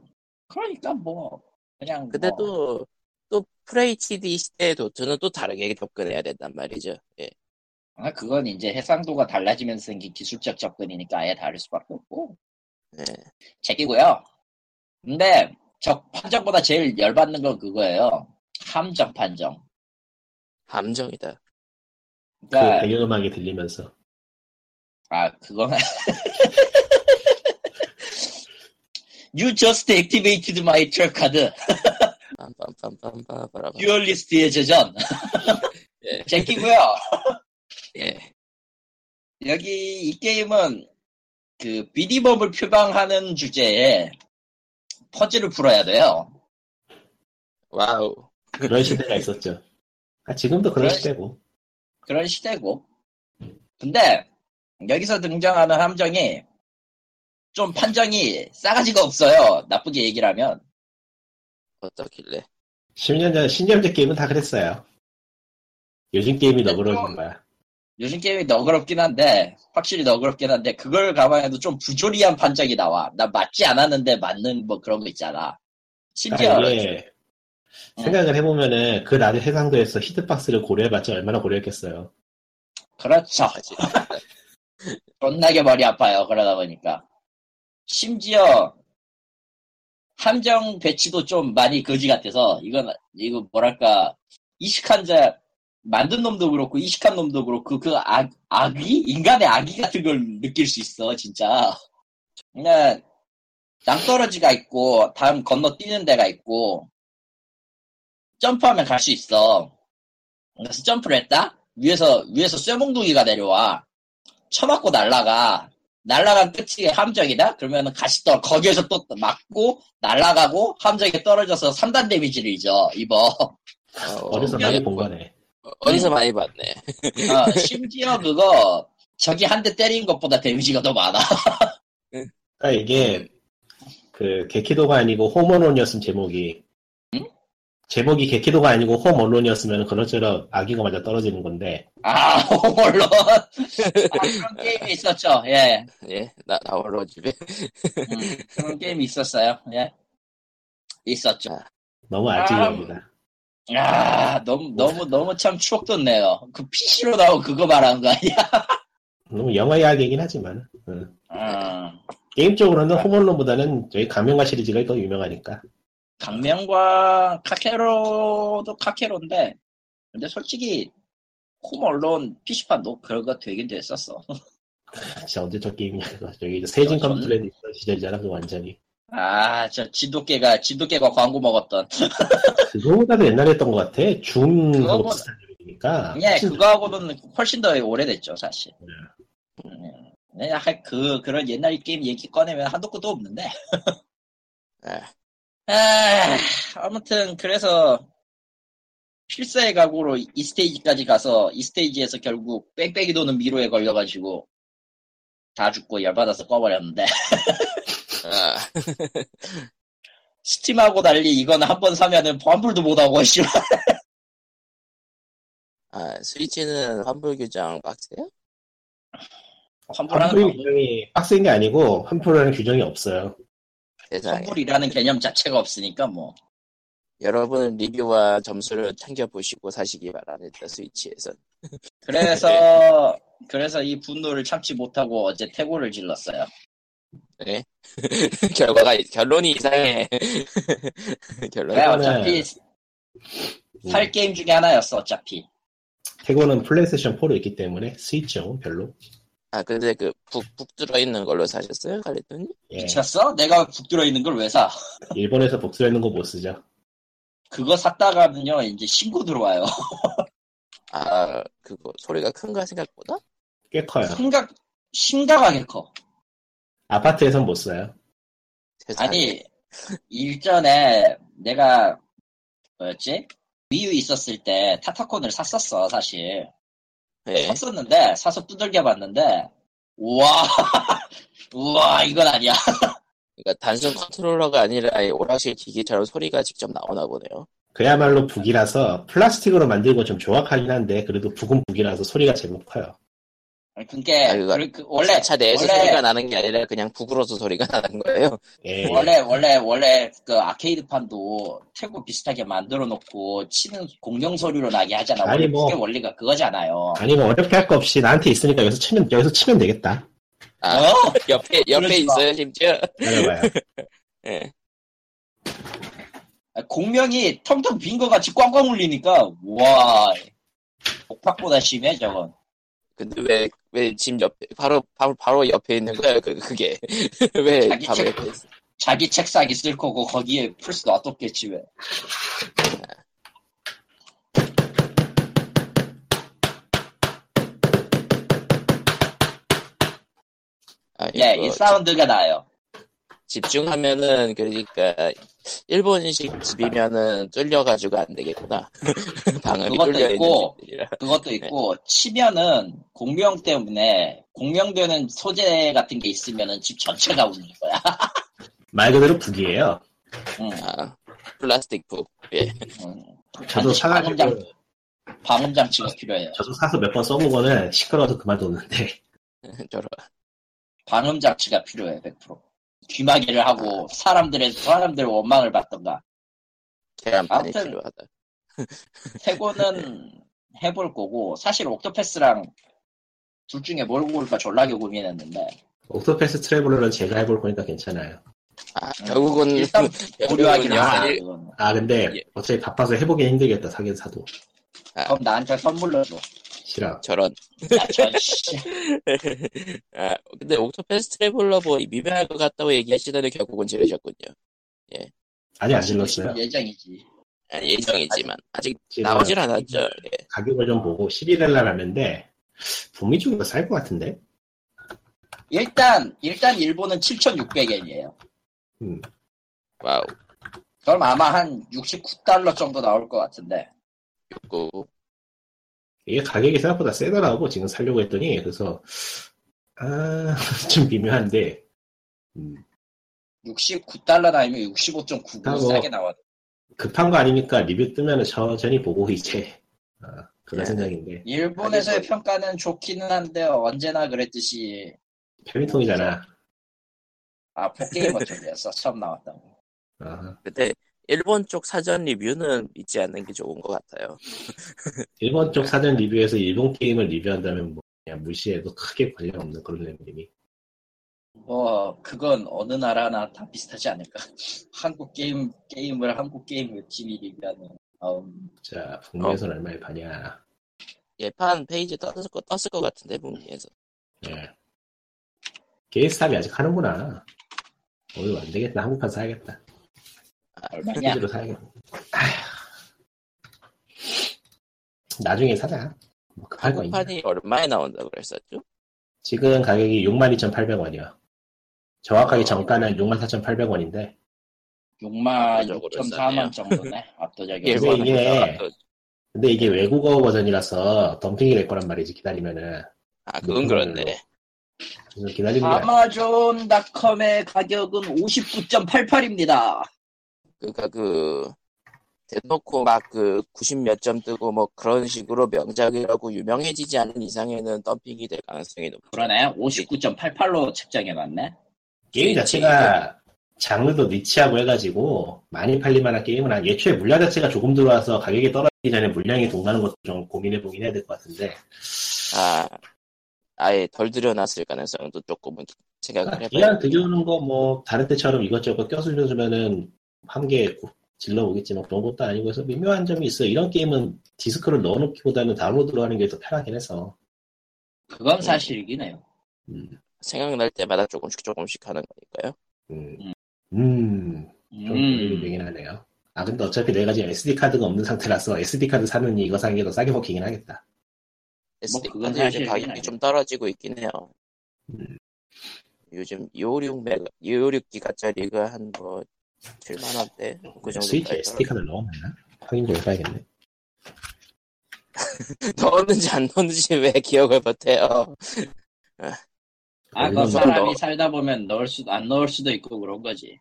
S3: 그러니까 뭐, 그냥.
S1: 근데
S3: 뭐,
S1: 또, 또 프레이 HD 시대의 도트는 또 다르게 접근해야 된단 말이죠. 예.
S3: 아, 그건 이제 해상도가 달라지면서 생긴 기술적 접근이니까 아예 다를 수밖에 없고.
S1: 네.
S3: 제끼고요. 근데 적 판정보다 제일 열받는 건 그거예요. 함정 판정.
S1: 함정이다.
S2: 그
S3: 그러니까
S2: 배경음악이 들리면서.
S3: 아 그건 (laughs) You just activated my track card.
S1: 빰빰빰빰빰빰.
S3: 듀얼리스트의 제전. (laughs)
S1: 예.
S3: 제끼고요.
S1: 예.
S3: 여기 이 게임은 그 비디법을 표방하는 주제에 퍼즐을 풀어야 돼요.
S1: 와우.
S2: 그런 시대가 있었죠. 아, 지금도 그렇죠. 그런
S3: 그래.
S2: 시대고.
S3: 그런 시대고. 근데 여기서 등장하는 함정이 좀 판정이 싸가지가 없어요. 나쁘게 얘기를 하면.
S1: 어떻길래?
S2: 10년 전, 10년 전 게임은 다 그랬어요. 요즘 게임이 너그러운 거야.
S3: 요즘 게임이 너그럽긴 한데 확실히 너그럽긴 한데 그걸 감안해도 좀 부조리한 판정이 나와. 나 맞지 않았는데 맞는 뭐 그런 거 있잖아. 심지어
S2: 아, 이게 생각을 해보면은 그 낮은 해상도에서 히트박스를 고려해봤자 얼마나 고려했겠어요.
S3: 그렇죠. (laughs) 존나게 머리 아파요. 그러다 보니까. 심지어 함정 배치도 좀 많이 거지 같아서 이건 이거 뭐랄까 이식한 자 만든 놈도 그렇고 이식한 놈도 그렇고 그 악, 악이 인간의 악이 같은 걸 느낄 수 있어 진짜 그냥 낭떠러지가 있고 다음 건너뛰는 데가 있고 점프하면 갈 수 있어 그래서 점프를 했다 위에서 위에서 쇠몽둥이가 내려와 쳐맞고 날라가 날라간 끝이 함정이다 그러면 다시 또 거기에서 또 맞고 날라가고 함정에 떨어져서 3단 데미지를 잊어 입어
S1: 어,
S2: 어디서 많이 본 거네.
S3: 뭐,
S1: 어디서 많이 봤네. (laughs)
S3: 아, 심지어 그거 저기 한 대 때린 것보다 데미지가 더 많아.
S2: 그러니까 이게 그 개키도가 아니고 홈어론이었음 제목이. 음? 제목이 개키도가 아니고 홈어론이었으면 그럴저럴 아기가 맞아 떨어지는 건데
S3: 아, 홈얼론. 아, 그런 게임이 있었죠. 예.
S1: 예, 나 나홀로 집에.
S3: 음, 그런 게임이 있었어요. 예. 있었죠.
S2: 너무 아찔합니다.
S3: 아, 너무, 너무, 너무 참 추억 돋네요. 그 PC로 나온 그거 말하는 거 아니야?
S2: 너무 영화 이야기이긴 하지만 응.
S3: 음,
S2: 게임 쪽으로는 홈어론보다는 저희 감명가 시리즈가 더 유명하니까
S3: 강명과 카케로도 카케로인데, 근데 솔직히, 홈얼론 PC판도 그거 되긴 됐었어.
S2: 진짜 언제 저 게임이냐 이거 저기 이제 세진
S3: 저는-
S2: 컴플레인 있던 시절이잖아 그 완전히
S3: 아, 저 진돗개가, 진돗개가 광고 먹었던.
S2: 그거보다도 옛날에 했던 것 같아 중하고
S3: 그거보다-
S2: 비슷한 이니까
S3: 예, 그거하고는 훨씬 더 오래됐죠, 사실. 음, 네, 하- 그, 그런 옛날 게임 얘기 꺼내면 한도 끝도 없는데.
S1: 아,
S3: 아, 아무튼, 그래서, 필사의 각오로 이 스테이지까지 가서, 이 스테이지에서 결국 뺑뺑이 도는 미로에 걸려가지고, 다 죽고 열받아서 꺼버렸는데, (laughs)
S1: 아,
S3: 스팀하고 달리 이건 한 번 사면은 환불도 못하고, 씨발.
S1: 아, 스위치는 환불 규정 빡세요?
S3: 환불하는 뭐.
S2: 환불
S3: 방법,
S2: 규정이 빡센 게 아니고 환불하는 규정이 없어요
S1: 세상에.
S3: 환불이라는 개념 자체가 없으니까, 뭐.
S1: 여러분은 리뷰와 점수를 챙겨 보시고 사시기 바랍니다. 스위치에서.
S2: 네.
S3: 그래서 그래서 이 분노를 참지 못하고 어제 태고를 질렀어요.
S1: 네. (laughs) 결과가 결론이 이상해. (laughs)
S2: 네,
S1: 결론.
S3: 그래
S1: 이
S3: 아, 어차피
S2: 음.
S3: 살 게임 중에 하나였어 어차피.
S2: 태고는 플레이스테이션 4로 있기 때문에 스위치형은 별로
S1: 아 근데 그북북 들어 있는 걸로 사셨어요, 칼리토니?
S2: 예.
S3: 미쳤어? 내가 북 들어 있는 걸 왜 사?
S2: 일본에서 복수하는 거 못 쓰죠
S3: 그거 샀다가는요 이제 신고 들어와요.
S1: 아 그거 소리가 큰가 생각보다?
S2: 꽤 커요
S3: (laughs) 심각 심각하게 커.
S2: 아파트에선 못 써요
S1: 세상에.
S3: 아니 일전에 내가 뭐였지? 미유 있었을 때 타타콘을 샀었어 사실.
S1: 예.
S3: 샀었는데 사서 두들겨 봤는데 우와 (laughs) 우와 이건 아니야.
S1: 그러니까 단순 컨트롤러가 아니라 아예 오락실 기기처럼 소리가 직접 나오나 보네요.
S2: 그야말로 북이라서 플라스틱으로 만들고 좀 조악하긴 한데 그래도 북은 북이라서 소리가 제법 커요
S3: 그게
S1: 아, 그거-
S3: 그- 그 원래
S1: 차 내에서
S3: 원래-
S1: 소리가 나는 게 아니라 그냥 북으로서 소리가 나는
S3: (laughs)
S1: 거예요.
S2: 예.
S3: 원래 원래 원래 그 아케이드 판도 태국 비슷하게 만들어 놓고 치는 공룡 소리로 나게 하잖아.
S2: 아니,
S3: 원래
S2: 뭐.
S3: 그게 원리가 그거잖아요.
S2: 아니 뭐 어렵게 할 거 없이 나한테 있으니까 여기서 치면 여기서
S3: (laughs)
S2: 치면 되겠다
S1: 아
S3: 어?
S1: 옆에 옆에
S3: 그러지 마.
S1: 있어요 심지어.
S2: 알아봐요
S1: 예.
S3: 공명이 텅텅 빈 거 같이 꽝꽝 울리니까 와 복박보다 심해 저건.
S1: 근데 왜 왜 집 옆에 바로 바로 바로 옆에 있는 거야 그 그게 (laughs) 왜
S3: 자기
S1: 바로
S3: 책.
S1: 옆에 있어?
S3: 자기 책상이 쓸 거고 거기에 플스 놔뒀겠지 왜.
S1: 아
S3: 예, 이 사운드가 나요.
S1: 집중하면은 그러니까 일본식 집이면은 뚫려가지고 안 되겠구나. (laughs) 방음이
S3: 그것도
S1: 뚫려
S3: 있고.
S1: 있는 집이라.
S3: 그것도 있고 치면은 공명 때문에 공명되는 소재 같은 게 있으면은 집 전체가 우는 거야. (laughs)
S2: 말 그대로 북이에요.
S3: 응,
S1: 아, 플라스틱 북. 예.
S3: 응.
S2: 저도
S3: 반드시
S2: 사가지고
S3: 음. 방음장 방음 장치가 필요해요.
S2: 저도 사서 몇 번 써보고는 시끄러워서 그만뒀는데
S1: (laughs)
S2: (laughs)
S1: 저런.
S3: 방음 장치가 필요해 100%. 귀마개를 하고 사람들의 사람들 원망을 받던가.
S1: 계란판이
S3: 아무튼.
S1: 필요하다.
S3: 세고는 해볼 거고 사실 옥토패스랑 둘 중에 뭘 고를까 졸라게 고민했는데
S2: 옥토패스 트래블러는 제가 해볼 거니까 괜찮아요.
S1: 아, 결국은
S3: 음, 일단
S1: 결국은
S3: 고려하기로
S1: 영화
S3: 하자.
S1: 일-
S3: 그건.
S2: 아 근데
S1: 예.
S2: 어차피 바빠서 해보긴 힘들겠다 사긴 사도
S1: 아,
S3: 그럼 나한테 선물로 줘.
S2: 싫어.
S1: 저런.
S3: 야, 저 씨.
S1: (laughs) 아, 근데 옥토패스 트래블러 뭐 미묘할 것 같다고 얘기하시더니 결국은 지르셨군요.
S2: 아니 안 질렀어요.
S3: 예정이지.
S1: 아, 예정이지만 아직
S2: 지금
S1: 나오질 않았죠. 예.
S2: 가격을 좀 보고 11일 날 가는데 북미 쪽에서 살 것 같은데
S3: 일단 일단 일본은 7,600엔이에요.
S2: 음,
S1: 와우.
S3: 그럼 아마 한 69달러 정도 나올 것 같은데.
S1: 고
S2: 이게 가격이 생각보다 세더라고 지금 살려고 했더니 그래서 아, (laughs) 좀 미묘한데 음,
S3: 69달러 아니면 65.99
S2: 하고.
S3: 싸게 나왔.
S2: 급한 거 아니니까 리뷰 뜨면 천천히 보고 이제 아, 그런
S1: 예.
S2: 생각인데
S3: 일본에서의
S1: 아니,
S3: 평가는 좋기는 한데 언제나 그랬듯이
S2: 페미통이잖아.
S3: 아 포게이머 쪽이었어 처음 나왔다고.
S2: 아,
S1: 근데 일본 쪽 사전 리뷰는 믿지 않는 게 좋은 것 같아요.
S2: 일본 쪽 사전 리뷰에서 일본 게임을 리뷰한다면 뭐 그냥 무시해도 크게 관련 없는 그런 내용이
S3: 뭐 그건 어느 나라나 다 비슷하지 않을까. (laughs) 한국 게임 게임을 한국 게임 웹진이 리뷰하는. 음,
S2: 자 북미에서는 얼마에 파냐
S1: 예판 페이지 떴을 거 떴을 것 같은데 분기에서.
S2: 예. 게이스탑이 아직 하는구나. 오늘 안 되겠다. 한국판 사야겠다. 아,
S3: 얼마냐?
S2: 패키지로 사야겠다. 아휴. 나중에 사자. 뭐 급할 거 있냐.
S1: 한국판이 얼마에 나온다고 그랬었죠?
S2: 지금 가격이 62,800원이야. 정확하게
S1: 어.
S2: 정가는 64,800원인데.
S3: 6만
S1: 압도적으로
S3: 6천
S1: 싸네요.
S3: 4만
S2: (laughs)
S3: 정도네. 압도적이게.
S2: 일본.
S1: 일본은
S2: 이게-
S1: 올라갔던-
S2: 근데 이게 외국어 버전이라서 덤핑이 될 거란 말이지, 기다리면은.
S1: 아 그건 그렇네.
S2: 그래서 기다리는 게 아니야.
S3: 아마존닷컴의 가격은 59.88입니다.
S1: 그러니까 그 대놓고 막 그 90 몇 점 뜨고 뭐 그런 식으로 명작이라고 유명해지지 않은 이상에는 덤핑이 될 가능성이 높죠.
S3: 그러네. 59.88로 책정해놨네.
S2: 게임 자체가 장르도 니치하고 해가지고 많이 팔릴만한 게임은 아니 예초에 물량 자체가 조금 들어와서 가격이 떨어지기 전에 물량이 동가는 것도 좀 고민해보긴 해야 될 것 같은데
S1: 아 아예 덜 들여놨을 가능성도 조금은 생각을 해봐요.
S2: 아, 그냥 들여오는 거 뭐 다른 때처럼 이것저것 껴슬려주면은 한 개 질러오겠지만 그런 것도 아니고 해서 미묘한 점이 있어 요 이런 게임은 디스크를 넣어놓기보다는 다운로드로 하는 게 더 편하긴 해서 네.
S3: 그건 사실이긴 해요.
S2: 음,
S1: 생각날 때마다 조금씩 조금씩 하는 거니까요.
S2: 음, 음, 좀 고민이
S3: 음,
S2: 되긴 하네요 아 근데 어차피 내가 지금 SD카드가 없는 상태라서 SD카드 사느니 이거 사는 게 더 싸게 먹히긴 하겠다 뭐
S1: SD
S3: 그건
S1: 카드 요즘
S3: 사실이긴 하죠.
S1: 가격이 좀 떨어지고 있긴 해요.
S2: 음.
S1: 요즘 256 메가 256 기가짜리가 한뭐 7만 원대 그 정도. (laughs)
S2: 스위치 SD카드를 넣어놨나? 확인 좀 해봐야겠네
S1: 넣었는지 안 넣었는지 왜 기억을 못해요.
S3: 아,
S2: 그건
S3: 그 사람이
S1: 넣-
S3: 살다 보면 넣을 수도 안 넣을 수도 있고 그런 거지.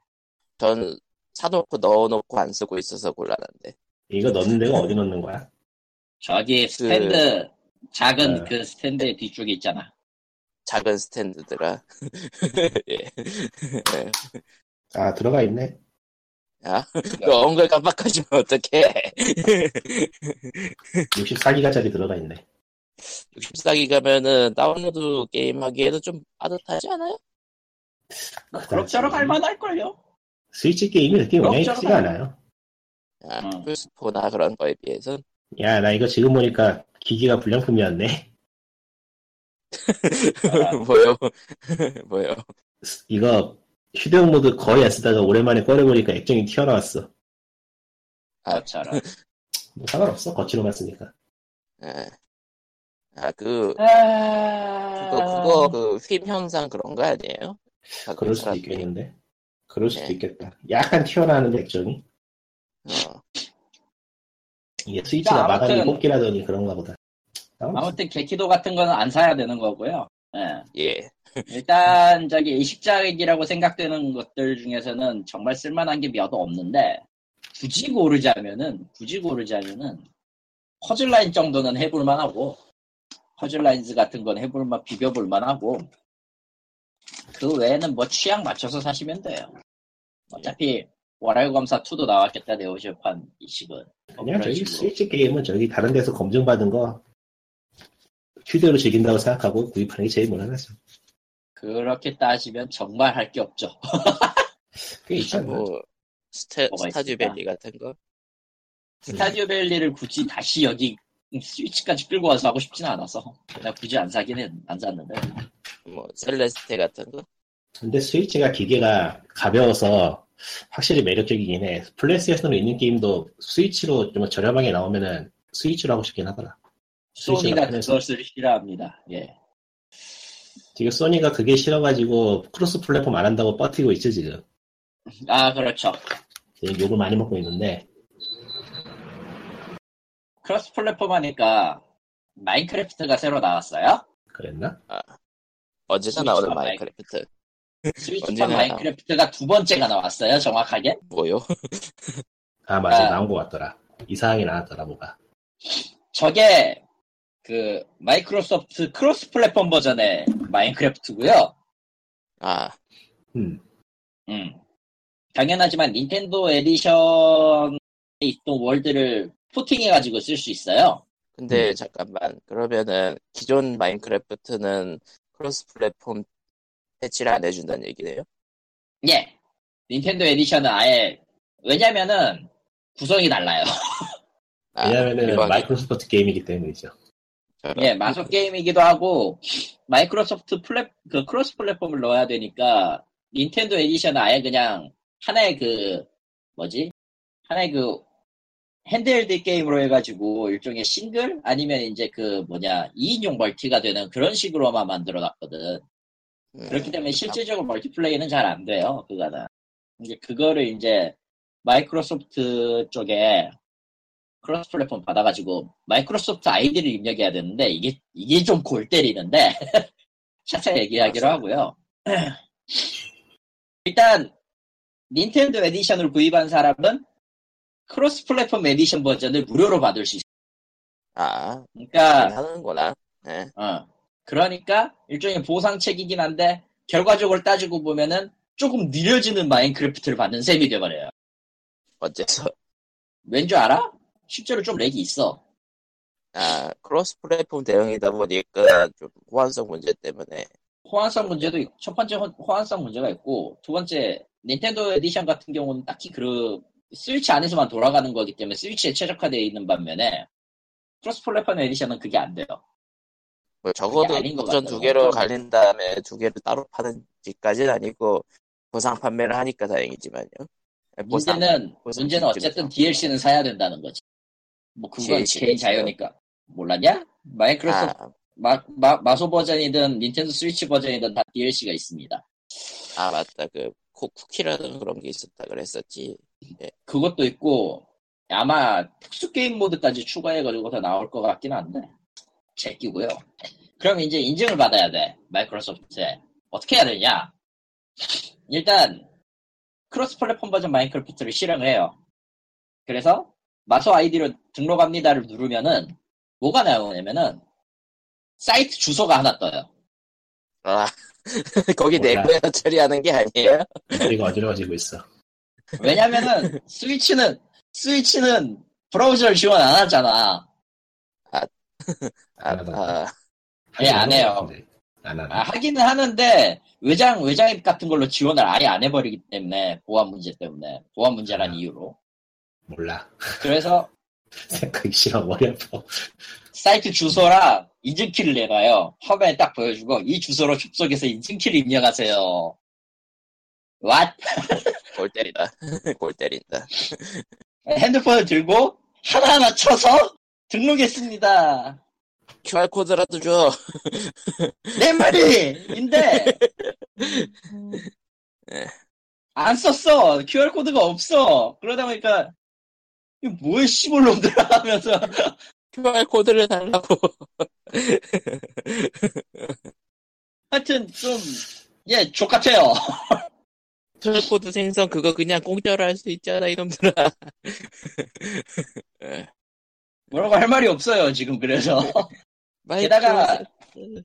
S1: 전 사놓고 넣어놓고 안 쓰고 있어서 곤란한데.
S2: 이거 넣는 데가 어디 넣는 거야?
S3: 저기 스탠드 작은
S2: 그 네.
S3: 그 스탠드 뒤쪽에 있잖아.
S1: 작은 스탠드더라. (laughs) 예. 예.
S2: 아 들어가 있네.
S1: 그 엉글 깜빡하시면 어떡해. (laughs)
S2: 64기가짜리 들어가 있네.
S1: 64기가면은 다운로드 게임 하기에도 좀 빠듯하지 않아요?
S3: 뭐 그럭저럭 할 만할 걸요.
S2: 스위치 게임이 그렇게
S3: 그럼
S2: 영향이
S3: 저거
S2: 크지가
S3: 봐.
S2: 않아요.
S1: 아,
S3: 음.
S1: 플스4나 그런 거에 비해선.
S2: 야 나 이거 지금 보니까 기기가 불량품이었네. (laughs)
S1: (laughs) 뭐요? 뭐요?
S2: 이거 휴대용 모드 거의 안 쓰다가 오랜만에 꺼내보니까 액정이 튀어나왔어.
S1: 아.
S3: 저처럼.
S2: 뭐 상관없어 거치로만 쓰니까.
S1: 예. 아, 그,
S3: 아...
S1: 그거, 그거, 그, 휨 현상 그런 거 아니에요? 가끔
S2: 그럴 수도
S1: 사람들이.
S2: 있겠는데. 그럴 수도
S1: 네.
S2: 있겠다. 약간 튀어나오는 액정이.
S1: 어,
S2: 이게 스위치가
S3: 아무튼-
S2: 마감이 뽑기라더니 그런가 보다. 아무튼
S3: 아무튼 개키도 같은 거는 안 사야 되는 거고요. 예.
S1: 예.
S3: 일단 저기 의식작이라고 생각되는 것들 중에서는 정말 쓸만한 게 몇 없는데 굳이 고르자면은 굳이 고르자면은 퍼즐라인 정도는 해볼 만하고 퍼즐라인즈 같은 건 해볼 만 비벼볼 만하고 그 외에는 뭐 취향 맞춰서 사시면 돼요. 어차피 월요일 검사 2도 나왔겠다 네오시오판 이식은 뭐
S2: 그냥
S3: 그런
S2: 저기
S3: 식으로.
S2: 스위치 게임은 저기 다른 데서 검증받은 거 휴대로 즐긴다고 생각하고 구입하는 게 제일 무난하죠.
S3: 그렇게 따지면 정말 할 게 없죠.
S2: 그게 있잖아.
S1: 뭐, 스타,
S3: 뭐가
S1: 스타듀
S3: 있을까?
S1: 밸리 같은 거? 네.
S3: 스타디오 밸리를 굳이 다시 여기 스위치까지 끌고 와서 하고 싶진 않아서 나 굳이 안 사긴 해, 안 샀는데
S1: 뭐, 셀레스테 같은 거?
S2: 근데 스위치가 기계가 가벼워서 확실히 매력적이긴 해. 플레이스테이션으로 있는 게임도 스위치로 좀 저렴하게 나오면은 스위치로 하고 싶긴 하더라.
S3: 소니가
S1: 그렇죠.
S2: 편해서.
S3: 그것을 싫어합니다. 예.
S2: 지금 소니가 그게 싫어가지고 크로스 플랫폼 안 한다고 버티고 있지 지금.
S3: 아 그렇죠.
S2: 지금 욕을 많이 먹고 있는데
S3: 크로스 플랫폼 하니까 마인크래프트가 새로 나왔어요.
S2: 그랬나?
S1: 언제나
S3: 스위치가
S1: 나오는
S3: 그렇죠. 마이-
S1: 마인크래프트.
S3: 스위치판
S1: 언제나.
S3: 마인크래프트가 두 번째가 나왔어요. 정확하게
S1: 뭐요?
S2: 아 맞아
S3: 아.
S2: 나온 것 같더라. 이상하게 나왔더라 뭐가.
S3: 저게 그 마이크로소프트 크로스 플랫폼 버전의 마인크래프트고요.
S1: 아,
S2: 음.
S3: 음. 당연하지만 닌텐도 에디션에 있던 월드를 포팅해가지고 쓸 수 있어요.
S1: 근데
S3: 음.
S1: 잠깐만. 그러면은, 기존 마인크래프트는 크로스 플랫폼 패치를 안 해준다는 얘기네요?
S3: 예. 닌텐도 에디션은 아예, 왜냐면은 구성이 달라요. (laughs)
S1: 아,
S2: 왜냐면은
S1: 이거
S2: 마이크로소프트 게임이기 때문이죠.
S1: 저런.
S3: 예, 마소 게임이기도 하고, 마이크로소프트 플랫, 그 크로스 플랫폼을 넣어야 되니까, 닌텐도 에디션은 아예 그냥 하나의 그, 뭐지? 하나의 그, 핸드헬드 게임으로 해가지고, 일종의 싱글? 아니면 이제 그, 뭐냐, 2인용 멀티가 되는 그런 식으로만 만들어 놨거든.
S1: 음.
S3: 그렇기 때문에 실제적으로 멀티플레이는 잘 안 돼요. 그거는. 이제 그거를 이제 마이크로소프트 쪽에 크로스 플랫폼 받아가지고 마이크로소프트 아이디를 입력해야 되는데 이게 이게 좀 골 때리는데 (laughs) 차차 얘기하기로 하고요. (clears throat) 일단 닌텐도 에디션을 구입한 사람은 크로스 플랫폼 에디션 버전을 무료로 받을 수 있어요.
S1: 아,
S3: 그러니까
S1: 하는구나. 예.
S3: 어. 그러니까 일종의 보상책이긴 한데 결과적으로 따지고 보면은 조금 느려지는 마인크래프트를 받는 셈이 돼버려요.
S1: 어째서
S3: 왠 줄 알아? 실제로 좀 렉이 있어.
S1: 아, 크로스 플랫폼 대응이다 보니까 좀 호환성 문제 때문에
S3: 호환성 문제도 있- 첫 번째 호- 호환성 문제가 있고 두 번째 닌텐도 에디션 같은 경우는 딱히 그 스위치 안에서만 돌아가는 거기 때문에 스위치에 최적화되어 있는 반면에 크로스 플랫폼 에디션은 그게 안 돼요.
S1: 뭐 적어도
S3: 아닌 것
S1: 버전
S3: 같더라고요.
S1: 두 개로 갈린 다음에 두 개를 따로 파는지까지는 아니고 보상 판매를 하니까 다행이지만요. 예,
S3: 뭐
S1: 보상,
S3: 문제는
S1: 보상
S3: 문제는
S1: 시스템에서.
S3: 어쨌든 DLC는 사야 된다는 거지. 뭐 그건
S1: DLC 가
S3: 개인
S1: 있어요?
S3: 자유니까 몰랐냐? 마이크로소프트
S1: 아,
S3: 마, 마, 마소 버전이든 닌텐도 스위치 버전이든 다 DLC가 있습니다.
S1: 아 맞다 그 코- 쿠키라는 그런 게 있었다 그랬었지.
S3: 그것도 있고 아마 특수 게임 모드까지 추가해가지고 더 나올 것 같긴 한데 제끼고요. 그럼 이제 인증을 받아야 돼 마이크로소프트에 어떻게 해야 되냐? 일단 크로스 플랫폼 버전 마인크래프트를 실행을 해요. 그래서 마소 아이디로 등록합니다를 누르면은 뭐가 나오냐면은 사이트 주소가 하나 떠요.
S1: 아 (laughs) 거기
S2: 몰라.
S1: 내부에서 처리하는 게 아니에요?
S2: 머리가 어지러워지고 있어.
S3: 왜냐면은 스위치는 스위치는 브라우저를 지원 안 하잖아.
S1: 아,
S2: 안 하더라.
S1: 아,
S3: 예, 안 해요.
S2: 근데 안 하나.
S3: 아, 하기는 하는데 외장 외장 앱 같은 걸로 지원을 아예 안 해버리기 때문에 보안 문제 때문에 보안 문제란
S2: 아.
S3: 이유로.
S2: 몰라. (laughs)
S3: 그래서
S2: 생각이 싫어. 머리 아파.
S3: 사이트 주소랑 인증키를 내놔요. 화면에 딱 보여주고 이 주소로 접속해서 인증키를 입력하세요. 왓
S1: 골 때리다. (laughs) 골 때린다.
S3: 핸드폰을 들고 하나하나 쳐서 등록했습니다.
S1: QR 코드라도 줘.
S3: 내 말이! 인데! 안 썼어! QR코드가 없어! 그러다 보니까, 이거 뭐야, 씨발놈들아! 하면서,
S1: QR 코드를 달라고. (laughs)
S3: 하여튼, 좀, 예, 족같아요.
S1: QR 코드 생성 그거 그냥 공짜로 할 수 있잖아 이놈들아. (laughs)
S3: 뭐라고 할 말이 없어요, 지금 그래서.
S1: 많이
S3: 게다가,
S1: 키워서-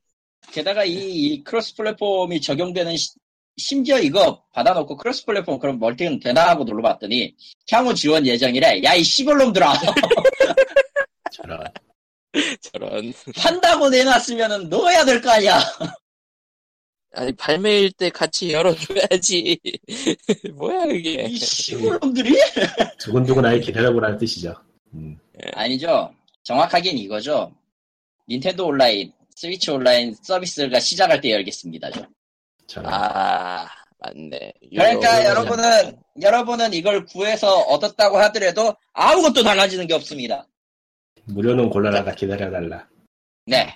S3: 게다가 이, 이 크로스 플랫폼이 적용되는, 시- 심지어 이거 받아놓고 크로스 플랫폼 그럼 멀티는 되나 하고 눌러봤더니, 향후 지원 예정이래. 야, 이 씨발놈들아! (laughs)
S2: 저런.
S1: 저런.
S3: 판다고 내놨으면은 넣어야 될 거 아니야!
S1: 아니 발매일 때 같이 열어줘야지. (laughs) 뭐야 그게.
S3: 이 씨발놈들이?
S2: 두근두근 아예 기다려보라는 뜻이죠. 음.
S3: 아니죠. 정확하긴 이거죠. 닌텐도 온라인, 스위치 온라인 서비스가 시작할 때 열겠습니다. 죠
S2: 저런.
S1: 아 맞네.
S2: 예, 어,
S3: 그러니까
S1: 유료-
S3: 여러분은 여러분은 이걸 구해서 얻었다고 하더라도 아무것도 달라지는 게 없습니다.
S2: 무료는 곤란하다 기다려달라. (laughs)
S3: 네.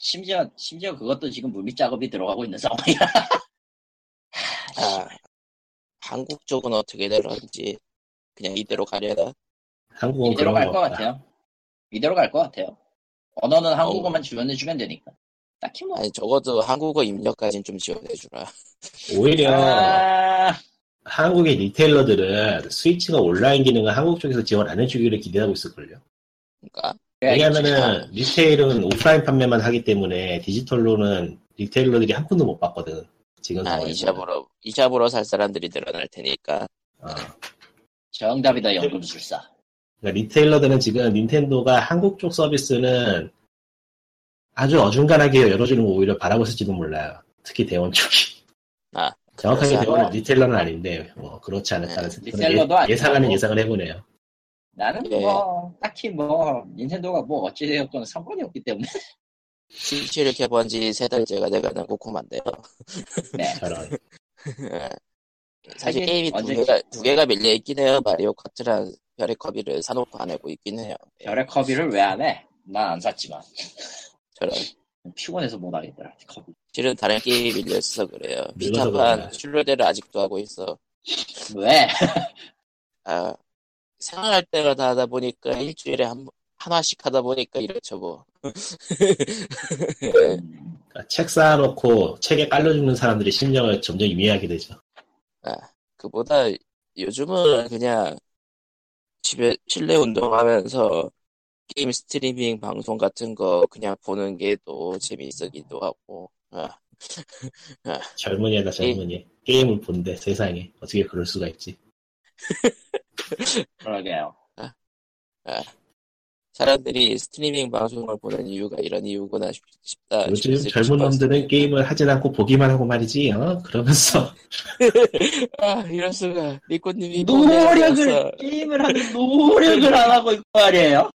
S3: 심지어 심지어 그것도 지금 물밑 작업이 들어가고 있는 상황이야.
S1: 아, 한국 쪽은 어떻게 되는지 그냥 이대로 가려다.
S2: 한국은
S3: 이대로
S2: 그런
S3: 갈
S2: 거
S3: 것
S2: 없다.
S3: 같아요. 이대로 갈 것 같아요. 언어는 한국어만 지원해주면 되니까. 딱히 뭐.
S1: 아니 적어도 한국어 입력까진 좀 지원해주라.
S2: 오히려
S3: 아,
S2: 한국의 리테일러들은 스위치가 온라인 기능을 한국 쪽에서 지원 안 해주기를 기대하고 있을걸요.
S1: 그러니까
S3: 네, 그렇죠.
S2: 왜냐면은 리테일은 오프라인 판매만 하기 때문에 디지털로는 리테일러들이 한 푼도 못 받거든. 지금
S1: 아,
S2: 상황에서.
S1: 이샵으로 이샵으로 살 사람들이 늘어날 테니까.
S2: 어.
S3: 정답이다 연금술사.
S2: 그러니까 리테일러들은 지금 닌텐도가 한국 쪽 서비스는 아주 어중간하게 열어주는 거 오히려 바라고 있을지도 몰라요. 특히 대원 쪽이.
S1: 아,
S2: 정확하게
S1: 그래서-
S2: 대원은 리테일러는 아닌데 뭐 그렇지 않을까는
S1: 네,
S2: 생각을
S3: 리테일러도 아니고.
S2: 예상하는 예상을 해보네요.
S3: 나는
S1: 예.
S3: 뭐 딱히 뭐 닌텐도가 뭐 어찌되었건 상관이 없기 때문에 (laughs)
S1: 스위치를 개봉한 지 세 달째가 돼가는 코코만데요.
S3: 네.
S2: 저런.
S1: 사실
S3: 하긴
S1: 게임이 두
S3: 완전-
S1: 개가 두 개가 밀려 있긴 해요. 마리오 카트랑 별의 커비를 사놓고 안 하고 있긴 해요.
S3: 별의 커비를 왜 안 해? 난 안 샀지만
S1: 저런
S3: 피곤해서 못 하겠더라 커비
S1: 실은 다른 게임이 밀려 있어 그래요.
S2: 늙어서
S1: 비타판
S2: 그러네.
S1: 슐로데를 아직도 하고 있어.
S3: 왜?
S1: 아, 생각할 때마다 하다 보니까 일주일에 한, 번- 하나씩 하다 보니까 이렇죠 뭐. 네.
S3: 음,
S2: 그러니까 책 쌓아놓고 책에 깔려주는 사람들의 심정을 점점 이해하게 되죠.
S1: 그보다 요즘은 그냥 집에 실내 운동하면서 게임 스트리밍 방송 같은 거 그냥 보는 게 또 재미있기도 하고. 아, 예.
S2: 젊은이다 젊은이. 게임을 본대 세상에 어떻게 그럴 수가 있지.
S3: 그러게요
S1: 사람들이 스트리밍 방송을 보는 이유가 이런 이유구나 싶, 다
S2: 요즘 젊은 놈들은 게임을 하진 않고 보기만 하고 말이지. 어? 그러면서
S1: 아 이럴 수가 리코님이
S3: 노력을 게임을 하는 노력을 안 하고 있고 말이에요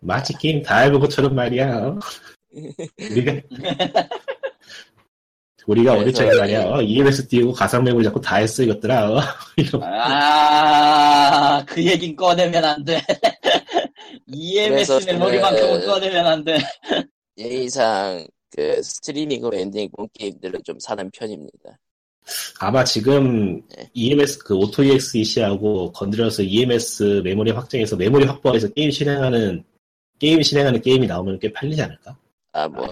S2: 마치 게임 다 알고 것처럼 말이야. 어? 우리가
S1: (laughs)
S2: 우리가 어릴
S1: 그래서
S2: 적에 말이야. 어, EMS 띄우고 가상 메모리 잡고 다 했어 이것들아. 어? 이거
S3: 아, 아그 얘긴 꺼내면 안돼 (laughs) EMS
S1: 그래서
S3: 메모리만큼은
S1: 저는-
S3: 꺼내면 안돼
S1: 예의상 그 스트리밍으로 엔딩 본 게임들은 좀 사는 편입니다.
S2: 아마 지금
S1: 네.
S2: EMS 그 오토 EXEC하고 건드려서 EMS 메모리 확장해서 메모리 확보해서 게임 실행하는 게임 실행하는 게임이 나오면 꽤 팔리지 않을까?
S1: 아 뭐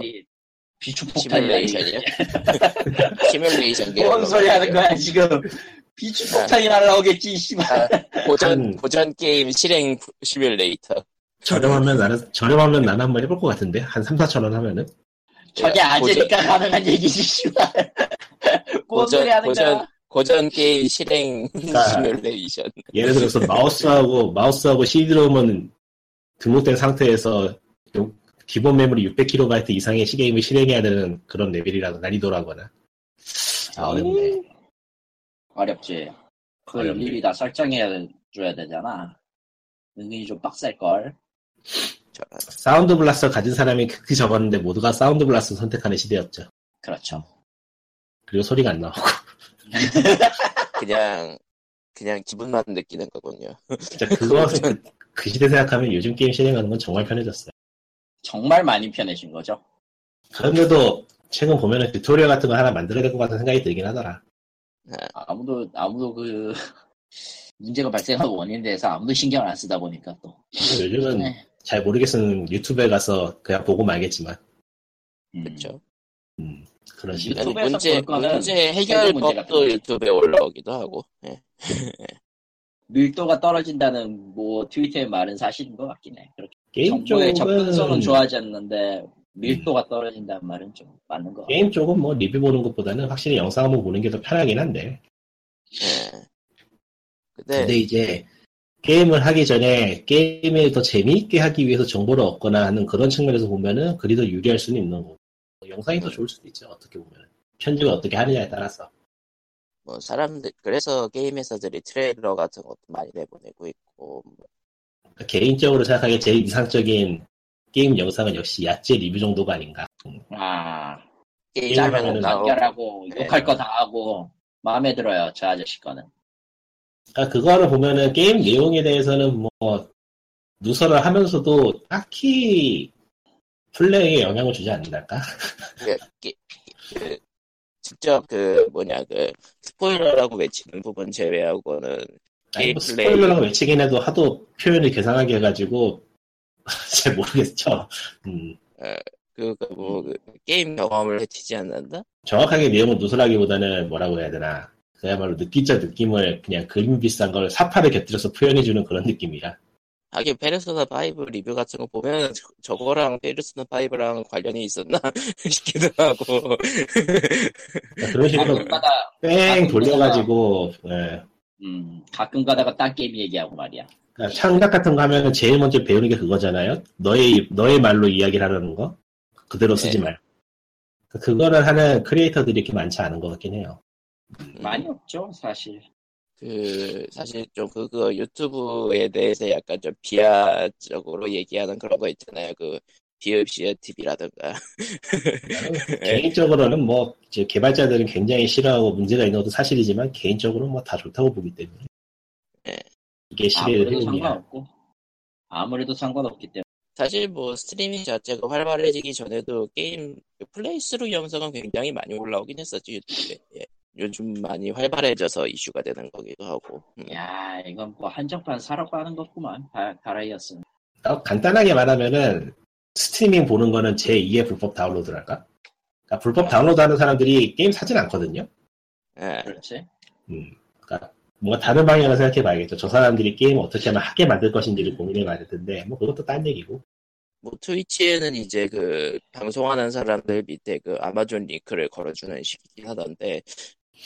S3: 비축폭탄이야 이게.
S1: 시뮬레이션이요? (laughs) 시뮬레이션 게임.
S3: 뭔 소리 하는 거야 지금
S1: 네.
S3: 비축폭탄이 날라오겠지 이 씨발
S1: 고전
S2: 음.
S1: 고전 게임 실행 시뮬레이터. 네.
S2: 저렴하면 나는 저렴하면 나는 한번 해볼 것 같은데 한 3, 4천 원 하면은
S1: 예,
S3: 저게 아재니까 가능한 얘기지 씨발 뭔 소리 하는
S1: (laughs) 고전
S3: 거야
S1: 고전 게임 실행 (laughs)
S2: 그러니까.
S1: 시뮬레이션.
S2: 예를 들어서 마우스하고 마우스하고 CD롬은 등록된 상태에서 요- 기본 메모리 600KB 이상의 시게임을 실행해야 되는 그런 레벨이라고 난이도라거나 아 어렵네
S1: 예,
S3: 어렵지 그걸
S2: 어렵네.
S3: 일일이 다 설정해 줘야 되잖아 은근히 좀 빡셀걸
S1: 저런.
S2: 사운드 블라스터 가진 사람이 극히 적었는데 모두가 사운드 블라스터 선택하는 시대였죠
S3: 그렇죠
S2: 그리고 소리가 안 나오고
S1: 그냥 그냥 기분만 느끼는 거군요.
S2: 진짜 그거 그 시대 생각하면 요즘 게임 실행하는 건 정말 편해졌어요.
S3: 정말 많이 편해진 거죠.
S2: 그런데도 최근 보면은 튜토리얼 같은 거 하나 만들어야 될 것 같은 생각이 들긴 하더라.
S3: 아무도 아무도 그 (laughs) 문제가 발생한 원인에 대해서 아무도 신경을 안 쓰다 보니까 또.
S2: 근데 요즘은
S3: 네.
S2: 잘 모르겠으면 유튜브에 가서 그냥 보고 말겠지만
S3: 음.
S1: 그렇죠.
S2: 음, 그런 식으로
S1: 그러니까
S3: 유튜브에서
S1: 문제
S3: 볼 거는
S1: 문제
S3: 문제 같은
S1: 해결법도
S3: 거지.
S1: 유튜브에 올라오기도 하고. 예.
S3: 밀도가 떨어진다는 뭐 트위터의 말은 사실인 것 같긴 해. 그렇게
S2: 게임
S3: 정보의
S2: 쪽은
S1: 음.
S3: 접근성은 좋아하지 않는데 밀도가 떨어진다는 말은 좀 맞는 것 같아.
S2: 게임 쪽은 뭐 리뷰 보는 것보다는 확실히 영상 한번 보는 게 더 편하긴 한데
S1: 예.
S3: 네.
S2: 근데
S1: 근데
S2: 이제 게임을 하기 전에 게임을 더 재미있게 하기 위해서 정보를 얻거나 하는 그런 측면에서 보면은 그리 더 유리할 수는 있는 거고 영상이 더 좋을 수도 있죠 어떻게 보면 편집을 어떻게 하느냐에 따라서
S1: 뭐 사람들 그래서 게임 회사들이 트레일러 같은 것도 많이 내보내고 있고 뭐,
S2: 그러니까 개인적으로 생각하기에 제일 이상적인 게임 영상은 역시 야채 리뷰 정도가 아닌가 음,
S3: 아,
S1: 게임하면
S2: 게임하면은
S1: 나오고
S3: 남겨라고
S1: 네.
S3: 욕할 거 다 하고 마음에 들어요 저 아저씨 거는.
S2: 그러니까 그거를 보면은 게임 내용에 대해서는 뭐 누설을 하면서도 딱히 플레이에 영향을 주지 않는달까
S1: 그, 게- 그, 직접 그 뭐냐 그 스포일러라고 외치는 부분 제외하고는
S2: 아니, 뭐
S1: 게임 플레이.
S2: 스포일러라고 외치긴 해도 하도 표현을 괴상하게 해가지고 (laughs) 잘 모르겠죠. 음,
S1: 그러니까 뭐,
S3: 음.
S1: 그 게임 경험을 해치지 않는다?
S2: 정확하게 내용을 누설하기보다는 뭐라고 해야 되나. 그야말로 느끼자 느낌을 그냥 그림 비싼 걸 사파를 곁들여서 표현해주는 그런 느낌이라.
S1: 하긴 페르소나 5 리뷰 같은 거 보면 저- 저거랑 페르소나 5랑 관련이 있었나 (laughs) 싶기도 하고
S2: 그런
S1: 네.
S2: 식으로
S1: 아,
S3: 가끔가다
S2: 뺑 돌려가지고 예.
S3: 음, 가끔가다가 딴 게임 얘기하고 말이야.
S2: 그러니까 창작 같은 거 하면은 제일 먼저 배우는 게 그거잖아요. 너의 너의 말로 이야기를 하라는 거 그대로 쓰지
S1: 네.
S2: 말고. 그러니까 그거를 하는 크리에이터들이 이렇게 많지 않은 것 같긴 해요.
S1: 음.
S3: 많이 없죠 사실.
S1: 그 사실 좀 그거 유튜브에 대해서 약간 좀 비하적으로 얘기하는 그런 거 있잖아요 그 비읍시어 TV라든가
S2: 개인적으로는 뭐 이제 개발자들은 굉장히 싫어하고 문제가 있는 것도 사실이지만 개인적으로 뭐 다 좋다고 보기 때문에
S1: 예.
S2: 이게 시대의
S3: 아무래도
S2: 흐름이야.
S3: 상관없고 아무래도 상관없기 때문에
S1: 사실 뭐 스트리밍 자체가 활발해지기 전에도 게임 그 플레이스루 영상은 굉장히 많이 올라오긴 했었죠 유튜브에 예. 요즘 많이 활발해져서 이슈가 되는 거기도 하고 음.
S3: 야 이건 뭐 한정판 사라고 하는 거구만 다 다라이였으면
S2: 딱 간단하게 말하면은 스트리밍 보는 거는 제 2의 불법 다운로드랄까? 그러니까 불법 다운로드하는 사람들이 게임 사진 않거든요.
S1: 예.
S3: 그렇지.
S2: 음, 그러니까 뭔가 다른 방향으로 생각해봐야겠죠. 저 사람들이 게임 어떻게 하면 하게 만들 것인지를 고민해봐야 될 텐데 뭐 그것도 딴 얘기고.
S1: 뭐 트위치에는 이제 그 방송하는 사람들 밑에 그 아마존 링크를 걸어주는 식이긴 하던데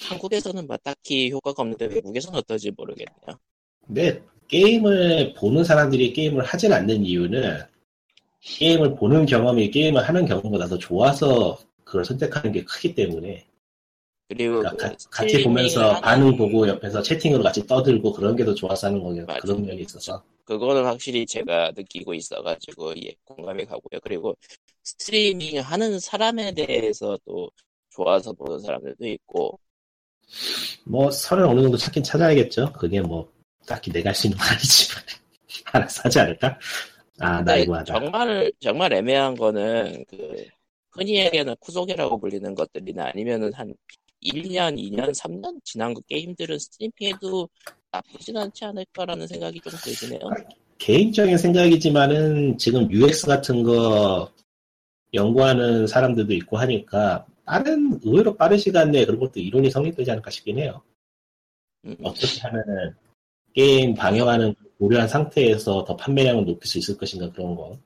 S1: 한국에서는 막 딱히 효과가 없는데 외국에서는 어떨지 모르겠네요.
S2: 근데 게임을 보는 사람들이 게임을 하진 않는 이유는 게임을 보는 경험이 게임을 하는 경험보다 더 좋아서 그걸 선택하는 게 크기 때문에
S1: 그리고
S2: 그러니까
S1: 그
S2: 가- 같이 보면서
S1: 스트리밍을 하는
S2: 반응 보고 옆에서 채팅으로 같이 떠들고 그런 게 더 좋아서 하는 거예요
S1: 맞아.
S2: 그런 면이 있어서
S1: 그거는 확실히 제가 느끼고 있어가지고 예, 공감이 가고요. 그리고 스트리밍 하는 사람에 대해서 또 좋아서 보는 사람들도 있고
S2: 뭐 선을 어느 정도 찾긴 찾아야겠죠 그게 뭐 딱히 내가 할 수 있는 건 아니지만 (laughs) 알아서 하지 않을까? 아 나
S1: 근데
S2: 이거 하다
S1: 정말 정말 애매한 거는 그 흔히 얘기하는 쿠소개라고 불리는 것들이나 아니면은 한 1년, 2년, 3년 지난 그 게임들은 스트리밍해도 나쁘진 않지 않을까라는 생각이 좀 들긴 해요.
S2: 개인적인 생각이지만은 지금 UX 같은 거 연구하는 사람들도 있고 하니까 빠른 의외로 빠른 시간 내에 그런 것도 이론이 성립되지 않을까 싶긴 해요.
S1: 음,
S2: 어떻게 하면은 게임 방영하는 걸 고려한 상태에서 더 판매량을 높일 수 있을 것인가 그런 거.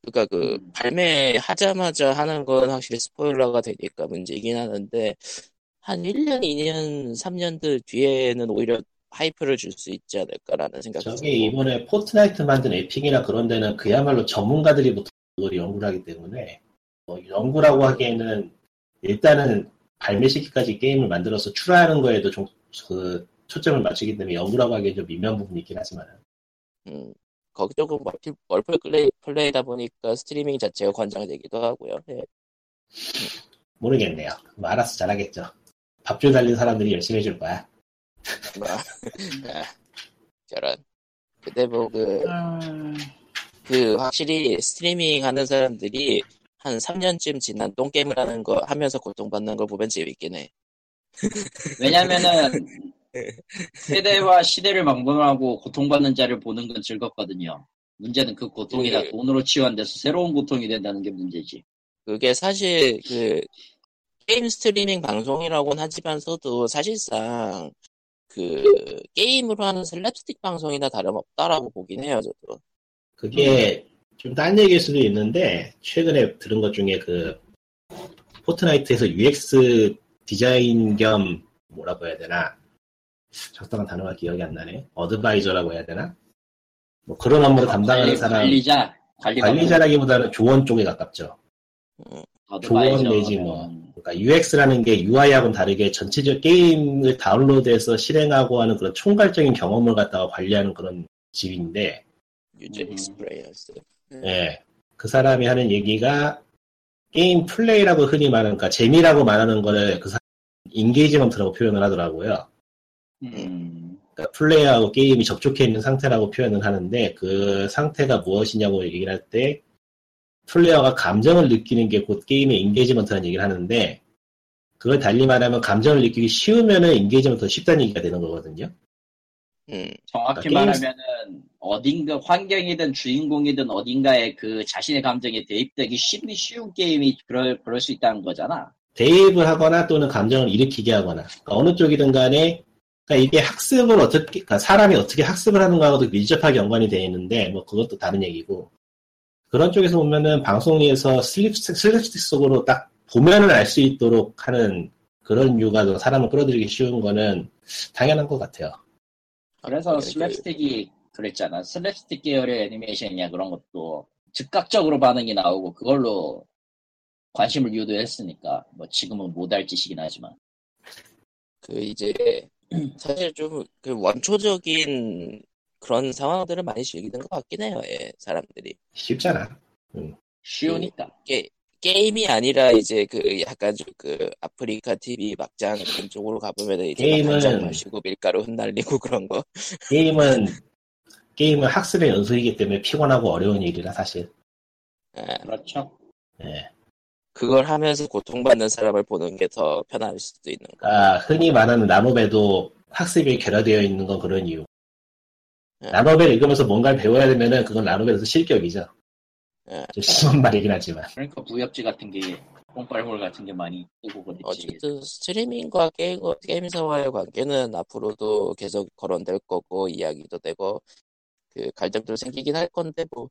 S1: 그러니까 그
S2: 음.
S1: 발매하자마자 하는 건 확실히 스포일러가 되니까 문제이긴 하는데 한 1년, 2년, 3년들 뒤에는 오히려 하이프를 줄 수 있지 않을까라는 생각이
S2: 저게
S1: 들고
S2: 이번에 포트나이트 만든 에픽이나 그런 데는 그야말로 전문가들이 보통 그걸 연구를 하기 때문에 뭐 연구라고 하기에는 일단은 발매 시기까지 게임을 만들어서 출하하는 거에도 좀, 그 초점을 맞추기 때문에 연구라고 하기엔 좀 미묘한 부분이 있긴 하지만
S1: 음, 거기 조금 멀티, 멀플 플레이, 플레이다 보니까 스트리밍 자체가 권장되기도 하고요. 예.
S2: 모르겠네요. 뭐 알아서 잘하겠죠. 밥줄
S1: (laughs)
S2: (laughs) 달린 사람들이 열심히 해줄 거야.
S1: 뭐, 아, 저런. 근데 뭐그 그 확실히 스트리밍 하는 사람들이 한 3년쯤 지난 똥게임을 하는 거 하면서 고통받는 걸 보면 재밌긴 해.
S3: 왜냐면은 세대와 시대를 막론하고 고통받는 자를 보는 건 즐겁거든요. 문제는 그 고통이 다
S1: 예.
S3: 돈으로 치환돼서 새로운 고통이 된다는 게 문제지.
S1: 그게 사실 그 게임 스트리밍 방송이라고는 하지만서도 사실상 그 게임으로 하는 슬랩스틱 방송이나 다름없다라고 보긴 해요, 저도.
S2: 그게 좀 딴 얘기일 수도 있는데 최근에 들은 것 중에 그 포트나이트에서 UX 디자인 겸 뭐라고 해야 되나 적당한 단어가 기억이 안 나네 어드바이저라고 해야 되나 뭐 그런 업무를 담당하는
S3: 아, 관리-
S2: 사람
S3: 관리자, 관리
S2: 관리자라기보다는 조언 쪽에 가깝죠 조언 내지 뭐. 그러니까 UX라는 게 UI하고는 다르게 전체적 게임을 다운로드해서 실행하고 하는 그런 총괄적인 경험을 갖다가 관리하는 그런 집인데
S1: 유저
S3: 음.
S1: 익스프레이언스.
S2: 예. 그 사람이 하는 얘기가 게임 플레이라고 흔히 말하는, 그러니까 재미라고 말하는 거를 그 사람 인게이지먼트라고 표현을 하더라고요.
S3: 음,
S2: 네. 그러니까 플레이하고 게임이 접촉해 있는 상태라고 표현을 하는데 그 상태가 무엇이냐고 얘기를 할 때 플레이어가 감정을 느끼는 게 곧 게임의 인게이지먼트라는 얘기를 하는데 그걸 달리 말하면 감정을 느끼기 쉬우면은 인게이지먼트가 쉽다는 얘기가 되는 거거든요.
S1: 음.
S3: 정확히
S2: 그러니까 게임-
S3: 말하면은 어딘가 환경이든 주인공이든 어딘가에 그 자신의 감정에 대입되기 쉽니 쉬운 게임이 그럴 그럴 수 있다는 거잖아.
S2: 대입을 하거나 또는 감정을 일으키게 하거나 그러니까 어느 쪽이든 간에 그러니까 이게 학습을 어떻게 그러니까 사람이 어떻게 학습을 하는가하고도 밀접하게 연관이 되어 있는데 뭐 그것도 다른 얘기고 그런 쪽에서 보면은 방송에서 슬립스틱 슬립스틱 속으로 딱 보면은 알 수 있도록 하는 그런 유가 더 사람을 끌어들이기 쉬운 거는 당연한 것 같아요.
S3: 그래서
S1: 그-
S3: 슬랩스틱이 그랬잖아. 슬랩스틱 계열의 애니메이션이야 그런 것도 즉각적으로 반응이 나오고 그걸로 관심을 유도했으니까 뭐 지금은 못할 짓이긴 하지만
S1: 그 이제 사실 좀 그 원초적인 그런 상황들을 많이 즐기는 것 같긴 해요. 예, 사람들이
S2: 쉽잖아.
S3: 쉬우니까
S1: 게, 게임이 아니라 이제 그 약간 좀 그 아프리카 TV 막장 그런 쪽으로 가보면 이제
S2: 게임은-
S1: 한장 마시고 밀가루 (laughs) 흩날리고 그런 거.
S2: 게임은 게임은 학습의 연속이기 때문에 피곤하고 어려운 일이라 사실.
S1: 예,
S3: 그렇죠.
S2: 예.
S1: 그걸 하면서 고통받는 사람을 보는 게 더 편할 수도 있는 거.
S2: 아, 흔히 말하는 나노베도 학습이 결여되어 있는 건 그런 이유.
S1: 예.
S2: 나노베를 읽으면서 뭔가를 배워야 되면은 그건 나노베에서 실격이죠.
S1: 예.
S2: 좀 심한 (laughs) 말이긴 하지만.
S3: 그러니까 무협지 같은 게 뽕빨물 같은 게 많이 뜨고 그랬지.
S1: 어쨌든 스트리밍과 게임, 게임사와의 관계는 앞으로도 계속 거론될 거고 이야기도 되고 그 갈등도 생기긴 할 건데 뭐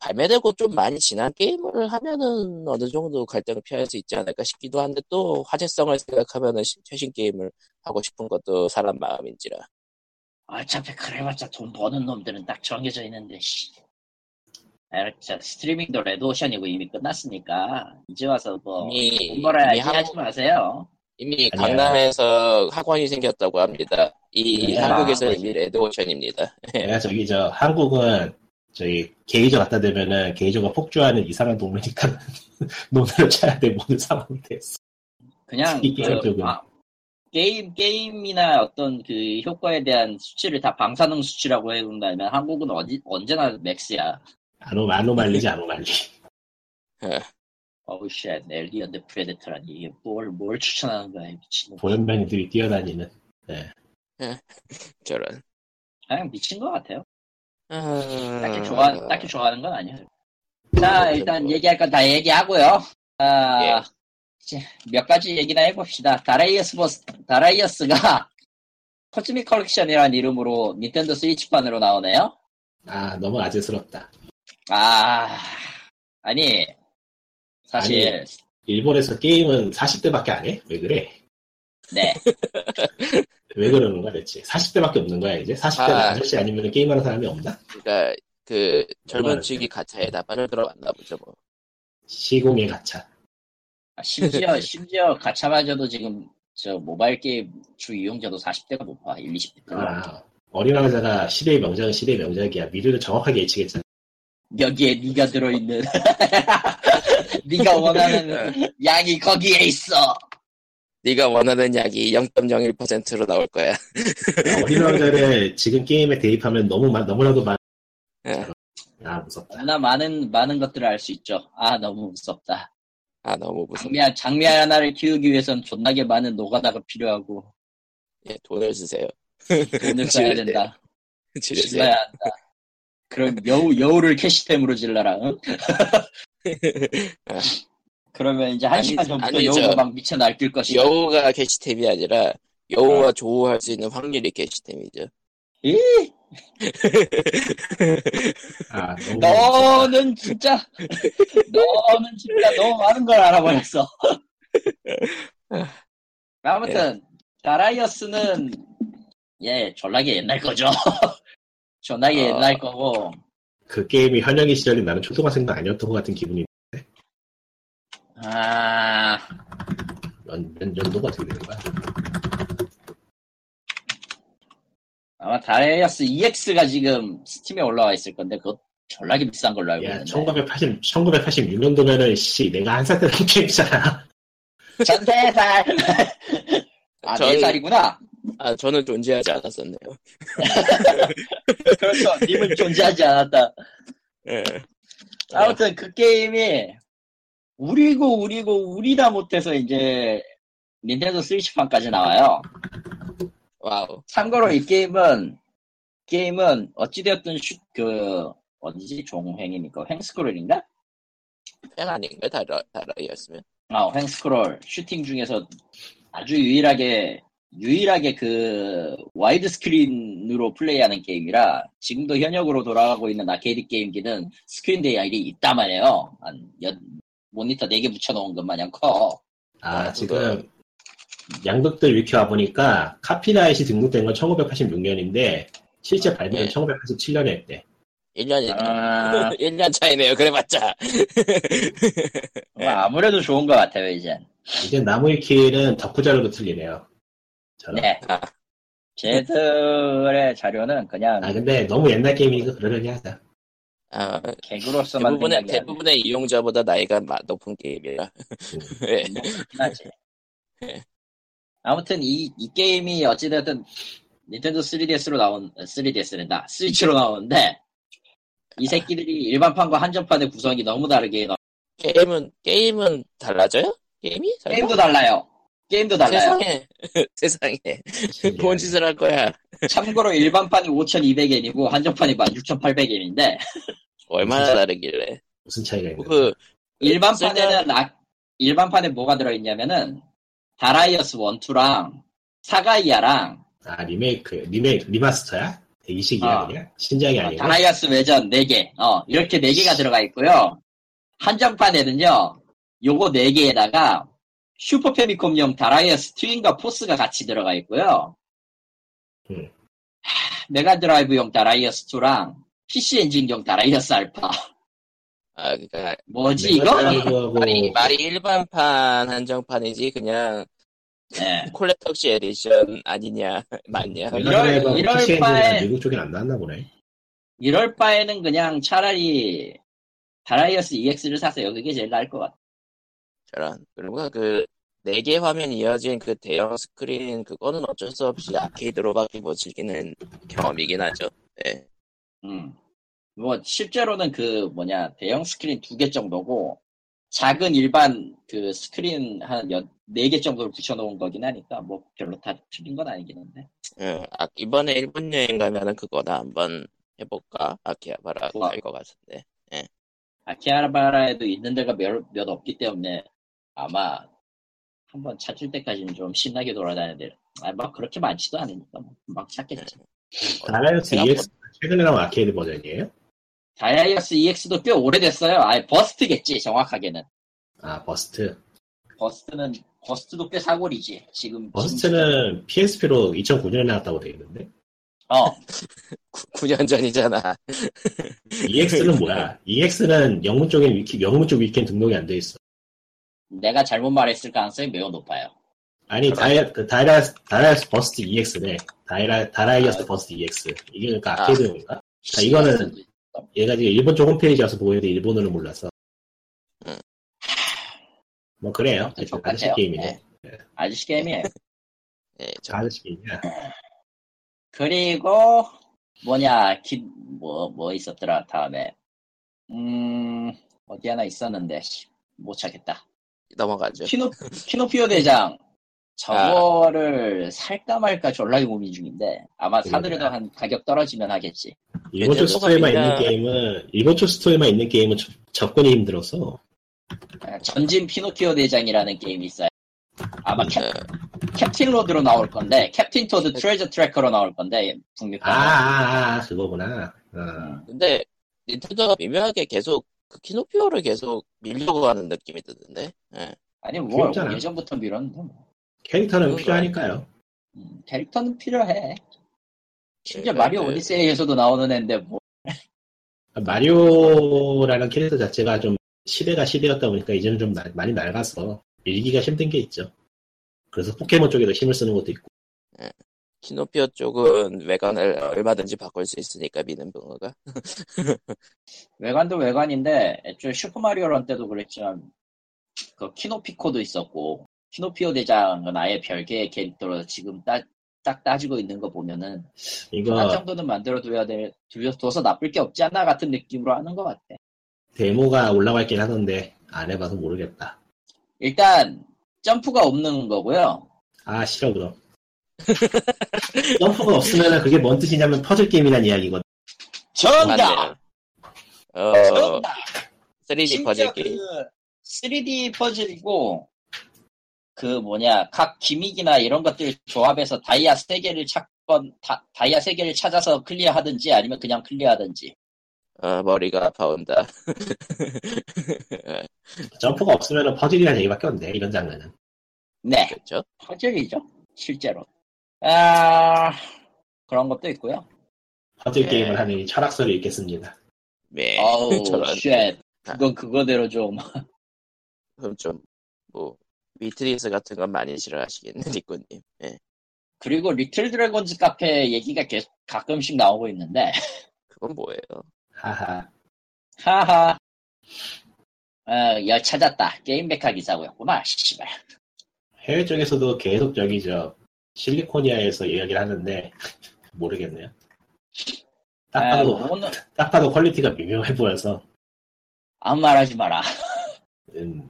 S1: 발매되고 좀 많이 지난 게임을 하면은 어느 정도 갈등을 피할 수 있지 않을까 싶기도 한데 또 화제성을 생각하면은 시- 최신 게임을 하고 싶은 것도 사람 마음인지라
S3: 어차피 그래봤자 돈 버는 놈들은 딱 정해져 있는데 씨. 아, 진짜 스트리밍도 레드오션이고 이미 끝났으니까 이제 와서 뭐
S1: 이미
S3: 돈 벌어야
S1: 이미
S3: 얘기하지
S1: 한국-
S3: 마세요.
S1: 이미
S2: 아니야.
S1: 강남에서 학원이 생겼다고 합니다. 이
S2: 야,
S1: 한국에서
S3: 아버지.
S1: 이미 레드오션입니다.
S2: 내가 저기 저 한국은 저희 게이저 갖다 대면은 게이저가 폭주하는 이상한 동물이니까 (laughs) 논을 쳐야 돼 모든 상황이 됐어.
S3: 그냥
S2: 이게
S3: 그,
S2: 조금.
S3: 아, 게임 게임이나 어떤 그 효과에 대한 수치를 다 방사능 수치라고 해본다면 한국은 어디 언제나 맥스야.
S2: 아노 아노말리지 아노말리.
S3: 어우 쉣, 엘리언 드 프레데터라니 이게 뭘, 뭘 추천하는 거야 이 미친 놈.
S2: 보현면이들이 뛰어다니는. 예.
S1: 저런.
S3: 그냥 미친 것 같아요.
S1: 아,
S3: 딱히 좋아 딱히 좋아하는 건 아니에요. 자 일단 얘기할 건 다 얘기하고요. 아,
S1: 예.
S3: 이제 몇 가지 얘기나 해봅시다. 다라이어스 버스 다라이어스가 (laughs) 코즈미 컬렉션이라는 이름으로 닌텐도 스위치판으로 나오네요.
S2: 아 너무 아재스럽다.
S3: 아, 아니, 사실,
S2: 일본에서 게임은 40대밖에 안 해? 왜 그래?
S3: 네.
S2: (laughs) 왜 그러는 거야 대체? 40대밖에 없는 거야 이제? 40대
S1: 아.
S2: 아, 저씨 아니면 게임하는 사람이 없나?
S1: 그러니까 그 젊은
S2: 정말.
S1: 측이 가차에다 빠져들어왔나 보죠 뭐.
S2: 시공의 가차.
S3: 아, 심지어, 심지어, 가차마저도 지금, 저, 모바일 게임 주 이용자도 40대가 못 봐. 1, 20대. 가
S2: 아, 어린 왕자가 시대의 명작은 시대의 명작이야. 미래를 정확하게 예측했잖아.
S3: 여기에 네가 들어있는. (laughs) 네가 원하는 양이 거기에 있어.
S1: 네가 원하는 약이 0.01%로 나올 거야.
S2: 어린 왕자를 지금 게임에 대입하면 너무 많, 너무나도 많.
S1: 예.
S2: 아 무섭다.
S3: 나 많은 많은 것들을 알 수 있죠. 아 너무 무섭다.
S1: 아 너무 무섭다.
S3: 장미 장미 하나를 키우기 위해선 존나게 많은 노가다가 필요하고
S1: 예, 돈을 쓰세요. (laughs)
S3: 돈을 써야
S1: 지르세요.
S3: 된다.
S1: 지르세요.
S3: 질러야 한다. 그럼 여우 여우를 캐시템으로 질러라. 응?
S1: 아.
S3: 그러면 이제 한
S1: 아니,
S3: 시간 전부터
S1: 아니죠.
S3: 여우가 막 미쳐 날뛸 것이다.
S1: (laughs) 여우가 캐시템이 아니라 여우와 조우할 수 있는 확률이 캐시템이죠.
S3: 이?
S2: 아 너무 무섭다.
S3: 너는 진짜
S1: (laughs)
S3: 너는 진짜 너무 많은
S1: (laughs)
S3: 걸 알아버렸어. 아무튼 다라이어스는 예 전락이 옛날 거죠. (laughs) 전락이
S1: 어.
S3: 옛날 거고
S2: 그 게임이 현역의 시절인 나는 초등학생도 아니었던 것 같은 기분이
S3: 아
S2: 연, 연, 연도가 어떻게 되는 거야?
S3: 아마 다라이어스 EX가 지금 스팀에 올라와 있을 건데 그거 전락이 비싼 걸로 알고
S2: 야,
S3: 있는데
S2: 1980, 1986년도면은, 씨, 내가 한 살 때는 (laughs) 게임이잖아.
S3: 전세살 아
S1: 전-
S3: 네살이구나
S1: 아, 저는 존재하지 않았었네요.
S3: 그렇죠 님은 존재하지 않았다
S1: 예. 어,
S3: 아무튼 그 게임이 우리고 우리고 우리다 못해서 이제 닌텐도 스위치판까지 나와요.
S1: 와우.
S3: 참고로 이 게임은 게임은 어찌되었든 슈, 그 어디지 종횡이니까 횡스크롤인가?
S1: 팬 아닌가요? 다라, 다라이였으면.
S3: 아 횡스크롤 슈팅 중에서 아주 유일하게 유일하게 그 와이드 스크린으로 플레이하는 게임이라 지금도 현역으로 돌아가고 있는 아케이드 게임기는 스크린 대야일이 있다만 해요. 한 연- 모니터 4개 붙여놓은 것 마냥 커.
S2: 아,
S1: 아,
S2: 지금, 양극들 위키 와보니까, 카피라이트 등록된 건 1986년인데, 실제 발매는
S1: 예.
S2: 1987년에 했대.
S1: 1년이네요.
S3: (laughs) 아,
S1: 1년 차이네요. 그래봤자.
S3: 무래도 뭐 좋은 것 같아요, 이제.
S2: 이제 나무 위키는 덕후자료로 틀리네요. 저런.
S3: 네.
S1: 아.
S3: 쟤들의 자료는 그냥
S2: 아, 근데 너무 옛날 게임이니까 그러려니 하자.
S1: 아,
S3: 개그로서만
S1: 대부분의,
S3: 생각이 안
S1: 대부분의 이용자보다 나이가 마- 높은 게임이라.
S3: 음.
S1: (laughs) 예.
S3: 나지. 아무튼 이, 이 게임이 어찌됐든 닌텐도 3DS로 나온, 3DS랜다. 스위치로 나오는데 이 새끼들이 일반판과 한정판의 구성이 너무 다르게 나와.
S1: 게임은, 게임은 달라져요? 게임이? 설마?
S3: 게임도 달라요. 게임도 달라요.
S1: 네.
S3: 음.
S1: 세상에. (laughs) 세상에. 뭔 짓을 할 거야.
S3: 참고로 일반판이 5,200엔이고 한정판이 16,800엔인데
S1: 얼마나 다르길래.
S2: 무슨 차이가
S3: 음.
S2: 있는 거야?
S1: 그,
S3: 일반판에는 아- 일반판에 뭐가 들어있냐면은 다라이어스 원투랑 사가이아랑
S2: 아, 리메이크, 리메 리마스터야? 이식이야,
S3: 아.
S2: 그냥? 신작이
S3: 어,
S2: 아니고.
S3: 다라이어스 외전 4개 어 이렇게 4개가 들어가 있고요 한정판에는요 요거 4개에다가 슈퍼 패미컴용 다라이어스 트윈과 포스가 같이 들어가 있고요
S2: 음.
S3: 하, 메가드라이브용 다라이어스 2랑 PC 엔진용 다라이어스 알파 (laughs)
S1: 아, 그니까,
S3: 뭐지 이거? 음.
S2: 메가드라이브하고
S1: 말이, 말이 일반판, 한정판이지, 그냥,
S3: 예.
S1: 콜렉터시 에디션 아니냐, (laughs) 맞냐.
S3: 음. 이럴-
S2: 메가드라이브하고
S3: 이럴
S2: PC 엔진은
S3: 바에-
S2: 그 미국 쪽엔 안 나왔나 보네.
S3: 이럴 바에는 그냥 차라리 다라이어스 EX를 사세요. 그게 제일 나을 것 같아.
S1: 저런. 그리고 그, 네 개 화면 이어진 그 대형 스크린, 그거는 어쩔 수 없이 아케이드로밖에 못 즐기는 경험이긴 하죠. 예.
S3: 음. 뭐 실제로는 그 뭐냐 대형 스크린 두 개 정도고 작은 일반 그 스크린 한 네 개 정도를 붙여놓은 거긴 하니까 뭐 별로 다 틀린 건 아니긴 한데
S1: 예. 아, 이번에 일본 여행 가면은 그거나 한번 해볼까? 아키하바라
S3: 좋아.
S1: 갈 것 같은데.
S3: 아키하바라에도 있는 데가 몇, 몇 없기 때문에 아마 한번 찾을 때까지는 좀 신나게 돌아다녀야 돼요. 아, 막 그렇게 많지도 않으니까 뭐 금방 찾겠지.
S2: 네. 다이어스
S1: 생각보다-
S2: EX 최근에 나온 아케이드 버전이에요?
S3: 다이아이어스 EX도 꽤 오래됐어요. 아예 버스트겠지 정확하게는.
S2: 아 버스트.
S3: 버스트는 버스트도 꽤 사골이지 지금.
S2: 버스트는 PSP로 2009년에 나왔다고 돼 있는데
S3: 어
S1: 9년 전이잖아.
S2: EX는 E 뭐야? EX는 영문 쪽에 위키 영문 쪽 위키엔 등록이 안 돼 있어.
S3: 내가 잘못 말했을 가능성이 매우 높아요.
S2: 아니 다이아 그 다이라스 다이라스 버스트 EX네. 다이라 다이어스 버스트 EX 이게 그러니까
S1: 아.
S2: 아케이드인가? 자, 이거는- 얘가 지금 일본 쪽 홈페이지 와서 보이는데 일본어를 몰라서.
S1: 음.
S2: 뭐 그래요. 대충 같은
S3: 똑같아요.
S2: 게임이네.
S3: 네. 아저씨
S2: (laughs)
S3: 게임이에요.
S1: 예, 저,
S2: 아저씨 게임이야.
S3: 그리고 뭐냐 뭐뭐 뭐 있었더라 다음에 음 어디 하나 있었는데 씨, 못 찾겠다.
S1: 넘어가죠.
S3: 키노 키노피오
S2: (laughs)
S3: 대장
S2: 아.
S3: 저거를 뭐- 살까 말까 졸라 고민 중인데 아마 사더라도
S2: 그러니까.
S3: 한 가격 떨어지면 하겠지.
S2: 일본 쪽
S1: 예전에
S2: 스토어에만
S1: 소감이나-
S2: 있는 게임은 일본 쪽 스토어에만 있는 게임은 저- 접근이 힘들어서
S3: 아, 전진 피노키오 대장이라는 게임이 있어요. 아마 캡,
S1: 네.
S3: 캡틴 로드로 나올 건데 캡틴 토드 트레저 트래커로 나올 건데
S2: 아,
S3: 북미판.
S2: 아, 아, 그거구나. 어.
S1: 근데 닌텐도가 미묘하게 계속 그 키노피오를 계속 밀려고 하는 느낌이 드는데. 예.
S3: 아니 뭐
S2: 귀엽잖아.
S3: 예전부터 밀었는데 뭐.
S2: 캐릭터는
S1: 그건
S2: 필요하니까요.
S3: 음, 캐릭터는 필요해. 심지어
S1: 그러니까
S3: 마리오
S1: 그-
S3: 오디세이에서도 나오는 애인데 뭐
S2: 마리오라는 캐릭터 자체가 좀 시대가 시대였다 보니까 이제는 좀 날- 많이 낡아서 밀기가 힘든 게 있죠. 그래서 포켓몬 쪽에도 힘을 쓰는 것도 있고.
S1: 키노피오 쪽은 외관을 얼마든지 바꿀 수 있으니까 미는 붕어가.
S3: 외관도 외관인데 애초에 슈퍼마리오 런 때도 그랬지만 그 키노피코도 있었고 키노피오 대장은 아예 별개의 캐릭터로 지금 따, 딱 따지고 있는 거 보면은 한
S2: 이거
S3: 정도는 만들어둬야 돼, 두려워서 나쁠 게 없지 않나 같은 느낌으로 하는 것 같아.
S2: 데모가 올라와 있긴 하던데 안 해봐서 모르겠다.
S3: 일단 점프가 없는 거고요.
S2: 아 싫어 그럼. 점프가 없으면 그게 뭔 뜻이냐면 퍼즐 게임이란 이야기거든.
S3: 전다,
S1: 어,
S3: 전다.
S1: 3D 퍼즐
S3: 심지어
S1: 게임.
S3: 그 3D 퍼즐이고 그 뭐냐 각 기믹이나 이런 것들 조합해서 다이아 세 개를 찾건 다, 다이아 세 개를 찾아서 클리어하든지 아니면 그냥 클리어하든지.
S1: 어, 머리가 아파온다. (laughs) 예,
S2: 점프가 없으면 퍼즐이란 얘기밖에 없네 이런 장르는.
S3: 네,
S1: 그렇죠.
S3: 퍼즐이죠 실제로. 아 그런 것도 있고요.
S2: 퍼즐
S1: 예.
S2: 게임을 하는 이 철학서를 읽겠습니다.
S1: 네.
S3: 어우
S1: (laughs) 저런. 아.
S3: 쉣. 그건 그거대로 좀
S1: 그럼 좀, 뭐, 위트리스 같은 건 많이 싫어하시겠네, 니꾸님. 예.
S3: 그리고 리틀 드래곤즈 카페 얘기가 계속 가끔씩 나오고 있는데 (laughs)
S1: 그건 뭐예요?
S2: 하하.
S3: 하하 어, 야 찾았다 게임 백화 기사고였구나 씨발
S2: 해외 쪽에서도 계속 저기 저 실리코니아에서 이야기를 하는데 모르겠네요. 딱
S3: 아,
S2: 봐도
S3: 그거는
S2: 딱 봐도 퀄리티가 미묘해 보여서
S3: 아무 말하지 마라
S2: 음,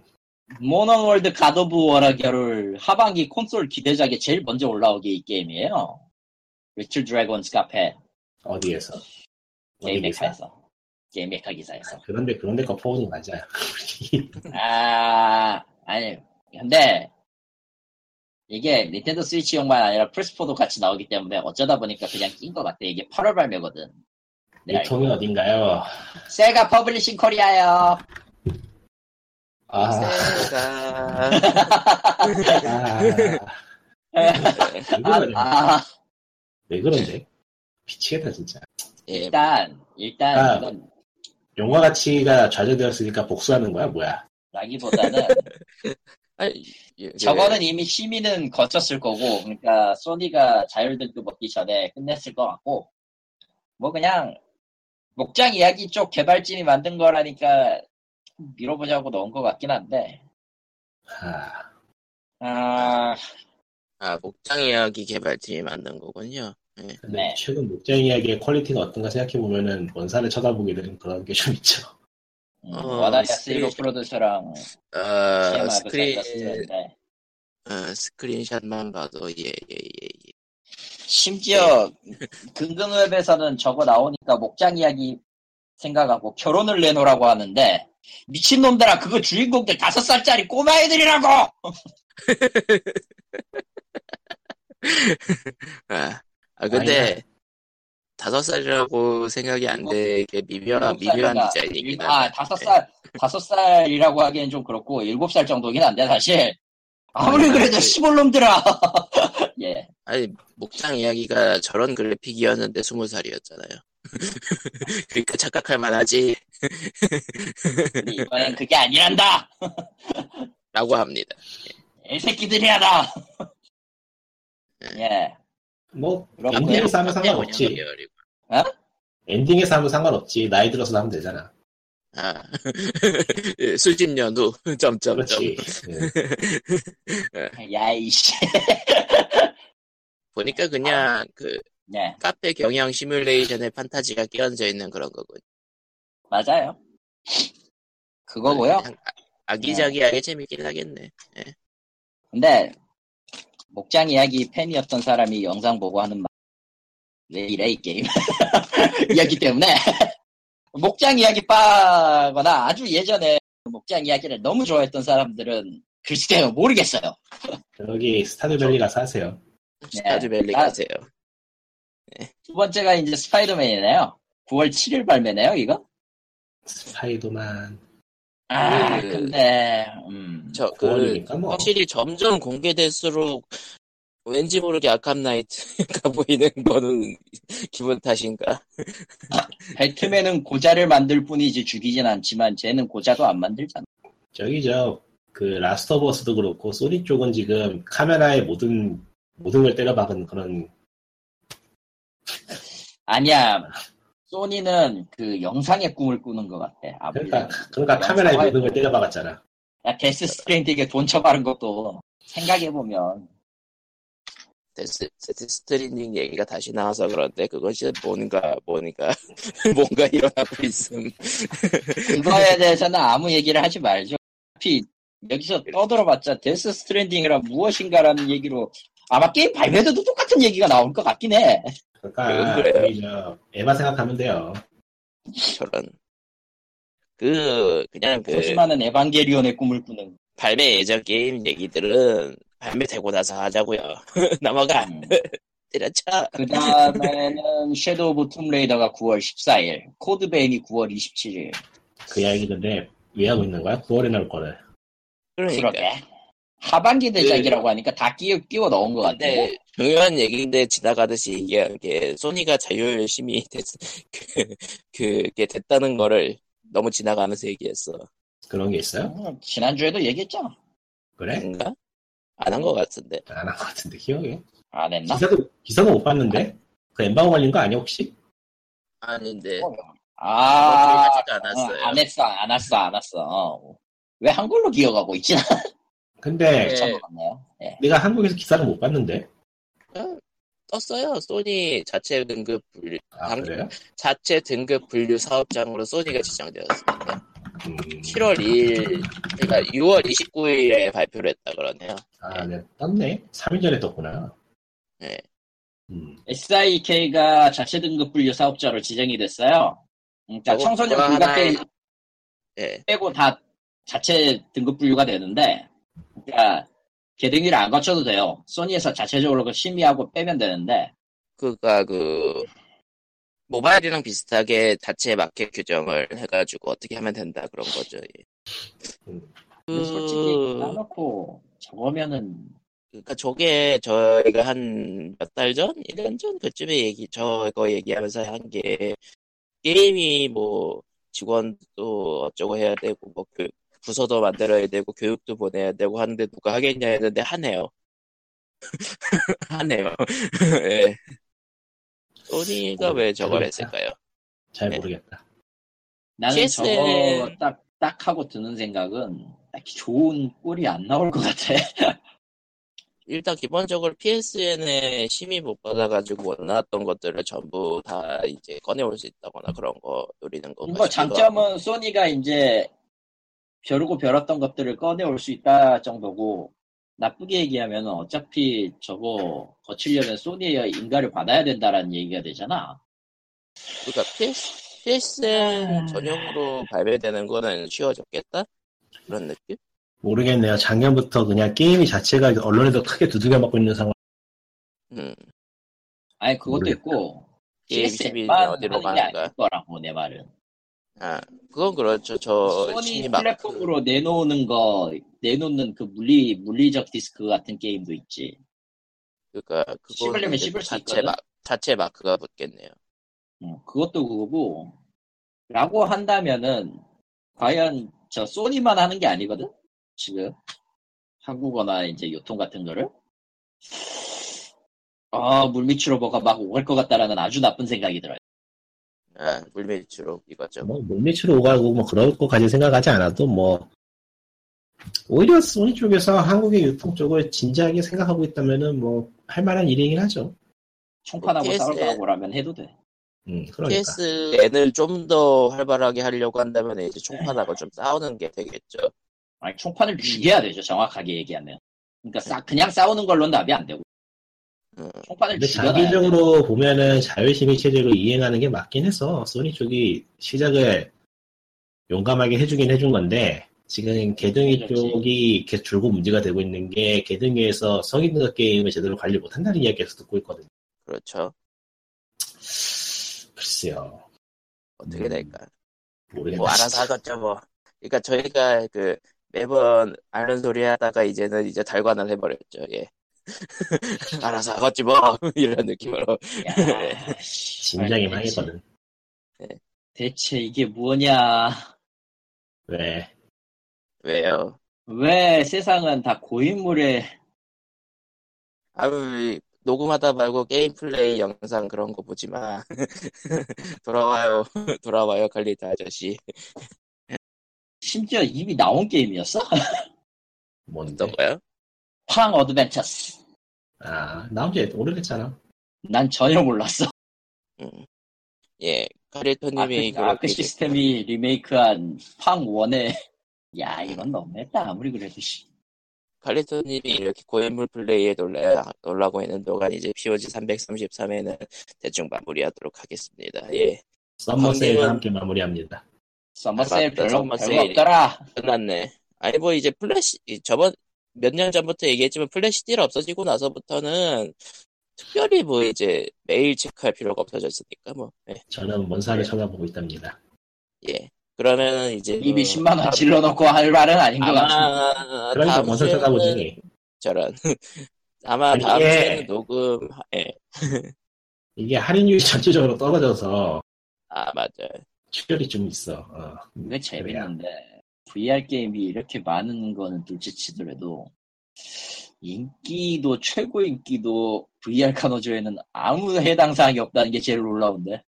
S3: 모노월드 가도브 워라 결을 하반기 콘솔 기대작에 제일 먼저 올라오게 이 게임이에요 리틀 드래곤즈 카페
S2: 어디에서 어디
S3: 게임
S2: 기사
S3: 백화에서 게임 백화 기사에서
S2: 그런데 그런데 거포이 맞아 요
S3: 아 아니 근데 이게 닌텐도 스위치용만 아니라 플스4도 같이 나오기 때문에 어쩌다 보니까 그냥 낀 것 같아 이게 8월 발매거든 네,
S2: 유통은 어딘가요?
S3: 세가 퍼블리싱 코리아요
S2: 아,
S1: 세가.
S2: 아, 왜
S3: 아,
S2: 그러냐?
S3: 아,
S2: 왜 그런데? 미치겠다 진짜.
S1: (laughs) 예,
S3: 일단 일단
S2: 아.
S3: 이건
S2: 용화 가치가 좌절되었으니까 복수하는 거야 뭐야?
S3: 라기보다는
S1: 아니, 예,
S3: 저거는 이미 심의는 거쳤을 거고 그러니까 소니가 자율등급 얻기 전에 끝냈을 것 같고 뭐 그냥 목장 이야기 쪽 개발진이 만든 거라니까 밀어보자고 넣은 것 같긴 한데
S2: 아,
S3: 아
S1: 아, 목장 이야기 개발팀이 만든 거군요. 예.
S2: 근데
S3: 네.
S2: 최근 목장 이야기의 퀄리티가 어떤가 생각해 보면은 원산을 쳐다보게 되는 그런 게 좀 있죠.
S3: 음,
S1: 어,
S3: 와다리아스
S1: 스크린-
S3: 1호 프로듀서랑
S1: 어,
S3: CMR
S1: 스크린,
S3: 데
S1: 어, 스크린샷만 봐도, 예, 예, 예, 예.
S3: 심지어 금금웹에서는 저거 나오니까 목장 이야기 생각하고 결혼을 내놓으라고 하는데 미친놈들아 그거 주인공들 다섯 살짜리 꼬마애들이라고
S1: 아, 아 근데, 다섯 살이라고 생각이 안 되게 아, 미묘한,
S3: 일곱
S1: 미묘한
S3: 살인가?
S1: 디자인이긴
S3: 일- 아
S1: 하네.
S3: 다섯 살 다섯 살이라고 하기엔 좀 그렇고 일곱 살 정도긴 한데 사실 아무리
S1: 아니,
S3: 그래도
S1: 그-
S3: 시골놈들아 (laughs) 예
S1: 아니, 목장 이야기가 저런 그래픽이었는데 스무 살이었잖아요. (laughs) 그러니까 착각할 만하지,
S3: 근데
S1: (laughs)
S3: 이번엔 그게 아니란다
S1: 라고 합니다.
S3: 애새끼들이야
S1: 네.
S3: 나예
S2: 뭐
S3: 그렇군요.
S2: 엔딩에서 하면
S1: 그냥 운영
S2: 상관없지.
S1: 계열이고.
S2: 엔딩에서 하면 상관없지. 나이 들어서 하면 되잖아.
S1: 아. (laughs) 수십 년 후, 아. 점점점.
S2: 그렇지. 예.
S3: 야이씨.
S1: 보니까 그냥 그
S3: 네,
S1: 카페 경영 시뮬레이션에 판타지가 끼얹어 있는 그런 거군.
S3: 맞아요. 그거고요.
S1: 그냥 아- 아기자기하게 재밌긴 하겠네.
S3: 근데 목장 이야기 팬이었던 사람이 영상 보고 하는 말. 왜 이래 이 게임? (laughs) 이야기 때문에 (laughs) 목장 이야기 빠거나 아주 예전에 목장 이야기를 너무 좋아했던 사람들은 글쎄요 모르겠어요.
S2: 여기 스타드밸리 가서 하세요.
S1: 스타드밸리
S3: 아.
S1: 가세요.
S3: 두 번째가 이제 스파이더맨이네요. 9월 7일 발매네요 이거.
S2: 스파이더만
S3: 아
S2: 네.
S1: 그-
S3: 근데 음,
S1: 저, 그,
S2: 9월이니까 뭐
S1: 확실히 점점 공개될수록 왠지 모르게 아캄 나이트가 (laughs) 보이는 거는 기분 탓인가?
S3: 배트맨은 고자를 만들 뿐이지 죽이진 않지만 쟤는 고자도 안 만들잖아.
S2: 저기죠. 그 라스트 오브 어스도 그렇고 소니 쪽은 지금 카메라에 모든 모든 걸 때려박은 그런
S3: 아니야. 소니는 그 영상의 꿈을 꾸는 것 같아. 아무리
S2: 그러니까
S3: 생각해도.
S2: 그러니까 카메라에
S3: 영상화에
S2: 모든 걸 때려박았잖아.
S3: 야, 데스 스트랜딩에 돈 처바른 것도 생각해보면
S1: 데스, 데스 스트리밍 얘기가 다시 나와서 그런데 그것이 뭔가, 뭔가, (laughs) 뭔가 일어나고 있음.
S3: 그거에 대해서는 아무 얘기를 하지 말죠. 어차피 여기서 떠들어봤자 데스 스트랜딩이란 무엇인가라는 얘기로 아마 게임 발매도 똑같은 얘기가 나올 것 같긴 해.
S2: 그러니까
S1: 그래요.
S2: 저기죠. 에바 생각하면 돼요.
S1: 저런. 그, 그냥 그,
S3: 소심하는 에반게리온의 꿈을 꾸는.
S1: 발매 예정 게임 얘기들은 발매되고 나서 하자고요 (laughs) 넘어가.
S3: 음.
S1: 때려쳐.
S3: 그 다음에는 섀도우 오브 툼레이더가 9월 14일, 코드베인이 9월 27일.
S2: 그 이야기 근데 왜 하고 있는 거야? 9월에 나올 거를.
S1: 그러니까. 네.
S3: 그러게. 하반기 대작이라고 하니까 다 끼워, 끼워 넣은 것 같아.
S1: 뭐, 근데 중요한 얘기인데 지나가듯이 얘기한 게 소니가 자율심이 됐, (laughs) 그, 그게 됐다는 거를 너무 지나가면서 얘기했어.
S2: 그런 게 있어요?
S3: 음, 지난주에도 얘기했잖아.
S2: 그래?
S1: 뭔가? 안 한 것 같은데.
S2: 안 한 것 같은데 기억에.
S3: 안 했나?
S2: 기사도 기사도 못 봤는데. 그 엠바고 걸린 거 아니야 혹시?
S1: 아닌데.
S3: 아,
S1: 하지도
S3: 어,
S1: 않았어요.
S3: 안 했어, 안 왔어, 안 왔어. 어. 왜 한글로 기억하고 있지?
S2: 근데
S1: 네.
S3: 참았네요. 예.
S2: 내가 한국에서 기사를 못 봤는데.
S1: 아, 떴어요. 소니 자체 등급 분류,
S2: 아
S1: 당-
S2: 그래요?
S1: 자체 등급 분류 사업장으로 소니가 지정되었습니다.
S2: 음,
S1: 7월 2일, 그러니까 6월 29일에 발표를 했다 그러네요.
S2: 아, 네. 떴네. 3일 전에 떴구나.
S1: 네.
S2: 음.
S3: SIK가 자체 등급 분류 사업자로 지정이 됐어요. 그러니까
S1: 저거
S3: 청소년
S1: 그거
S3: 불가
S1: 하나에-
S3: 게임
S1: 예.
S3: 빼고 다 자체 등급 분류가 되는데, 그러니까 개등위를 안 거쳐도 돼요. 소니에서 자체적으로 그 심의하고 빼면 되는데,
S1: 그가 그 모바일이랑 비슷하게 자체 마켓 규정을 해가지고 어떻게 하면 된다 그런 거죠. 예.
S2: 음.
S3: 근데
S1: 그
S3: 솔직히 까놓고 저거면은
S1: 그러니까 저게 저희가 한 몇 달 전, 1년 전 그쯤에 얘기 저거 얘기하면서 한 게 게임이 뭐 직원도 어쩌고 해야 되고 뭐 그, 부서도 만들어야 되고 교육도 보내야 되고 하는데 누가 하겠냐 했는데 하네요. (laughs) 하네요. (laughs) 예. 소니가 왜 저걸
S3: 그렇죠.
S1: 했을까요?
S2: 잘
S1: 네.
S2: 모르겠다.
S3: 나는
S1: TSL.
S3: 저거 딱, 딱 하고 드는 생각은 딱히 좋은 꼴이 안 나올 것 같아.
S1: 일단 기본적으로 PSN에 심의 못 받아가지고 못 나왔던 것들을 전부 다 이제 꺼내올 수 있다거나 그런 거 노리는 거.
S3: 뭐 장점은 소니가 이제 벼르고 벼렀던 것들을 꺼내올 수 있다 정도고 나쁘게 얘기하면 어차피 저거 거치려면 소니의 인가를 받아야 된다라는 얘기가 되잖아.
S1: 그러니까 PS,
S3: 네.
S1: PSN 전용으로 발매되는 거는 쉬워졌겠다? 그런 느낌?
S2: 모르겠네요. 작년부터 그냥 게임이 자체가 언론에서 크게 두들겨 맞고 있는 상황.
S1: 음,
S3: 아니 그것도
S2: 모르겠다.
S3: 있고
S1: 게임
S3: PSN만
S1: 어디로
S3: 하는 게
S1: 가는가?
S3: 아닐 거라고 내 말은.
S1: 아, 그건 그렇죠. 저,
S3: 소니
S1: 심의 막,
S3: 플랫폼으로 내놓는 거 내놓는 그 물리 물리적 디스크 같은 게임도 있지.
S1: 그니까, 그러니까 그거는
S3: 씹으려면
S1: 이제
S3: 씹을 수
S1: 자체
S3: 있거든.
S1: 막, 자체 마크가 붙겠네요.
S3: 어, 그것도 그거고, 라고 한다면은, 과연 저 소니만 하는 게 아니거든? 지금. 한국어나 이제 요통 같은 거를. 아, 물밑으로 뭐가 막 오갈 것 같다라는 아주 나쁜 생각이 들어요.
S1: 아, 물밀주로 이거죠.
S2: 뭐 물밑으로 오가고 뭐 그럴 거까지 생각하지 않아도 뭐 오히려 소니 쪽에서 한국의 유통 쪽을 진지하게 생각하고 있다면은 뭐 할 만한 일이긴 하죠.
S3: 총판하고
S1: PS-
S3: 싸울 거라고라면 해도 돼.
S2: 음, 그러니까.
S1: PSN을 좀 더 활발하게 하려고 한다면 이제 총판하고 좀 싸우는 게 되겠죠.
S3: 아니, 총판을 죽여야 되죠. 정확하게 얘기하면. 그러니까 싸, 그냥 싸우는 걸로는 답이 안 되고.
S1: 음.
S3: 총판을
S2: 근데
S3: 죽여야
S2: 장기적으로 보면은 자율심의 체제로 이행하는 게 맞긴 해서 소니 쪽이 시작을 용감하게 해주긴 해준 건데 지금 개등이
S3: 그렇지.
S2: 쪽이 계속 줄고 문제가 되고 있는 게 개등위에서 성인들 게임을 제대로 관리 못한다는 이야기 계속 듣고 있거든요.
S1: 그렇죠.
S2: 글쎄요.
S1: 어떻게
S2: 음.
S1: 될까.
S2: 모르겠다.
S1: 뭐 알아서 하겠죠 뭐. 그러니까 저희가 그 매번 아는 소리 하다가 이제는 이제 달관을 해버렸죠. 예. (laughs) 알아서 하겠지 뭐 (laughs) 이런 느낌으로.
S3: 돼. 야, 씨,
S2: 심장이
S3: 아니, 대체-
S2: 망했거든.
S3: 대체 이게 뭐냐.
S2: 왜?
S1: 왜요?
S3: 왜 세상은 다 고인물의
S1: 아우 녹음하다 말고 게임 플레이 영상 그런 거 보지 마. (laughs) 돌아와요, (laughs) 돌아와요, 칼리타 아저씨.
S3: 심지어 이미 나온 게임이었어?
S2: 뭔데?
S1: 어떤 거요?
S3: 황 어드벤처스.
S2: 아, 나온 지 오래됐잖아.
S3: 난 전혀 몰랐어.
S1: 예, (laughs) 카리토님이
S3: 아크, 아크 시스템이 리메이크한 황 원의 (laughs) 야 이건 너무했다 아무리 그래도 씨.
S1: 칼리토님이 이렇게 고인물 플레이에 놀라, 놀라고 있는 동안 이제 POG 333에는 대충 마무리하도록 하겠습니다. 예,
S2: 썸머세일과
S1: 황제는-
S2: 함께 마무리합니다.
S3: 서머세일
S1: 맞다,
S3: 별로
S1: 서머세일.
S3: 별거 없더라.
S1: 끝났네. 아니 뭐 이제 플래시 이 저번 몇 년 전부터 얘기했지만 플래시 딜 없어지고 나서부터는 특별히 뭐 이제 매일 체크할 필요가 없어졌으니까 뭐 예,
S2: 저는 먼사를 쳐다보고 있답니다.
S1: 예. 그러면은 이제
S3: 이미
S1: 어,
S3: 10만 원 질러놓고 할 말은 아닌 것 같은데.
S1: 아마
S2: 그러니까
S1: 다음
S2: 먼사를
S1: 주에는
S2: 쳐다보지.
S1: 저런 (laughs) 아마
S2: 아니,
S1: 다음
S2: 이게-
S1: 주에는 녹음 예.
S2: 이게 할인율이 전체적으로 떨어져서
S1: 아 맞아요.
S2: 출혈이 좀 있어. 어.
S3: 이거 재밌는데 VR 게임이 이렇게 많은 거는 둘째치더라도 인기도 최고 인기도 VR 카노조에는 아무 해당 사항이 없다는 게 제일 놀라운데.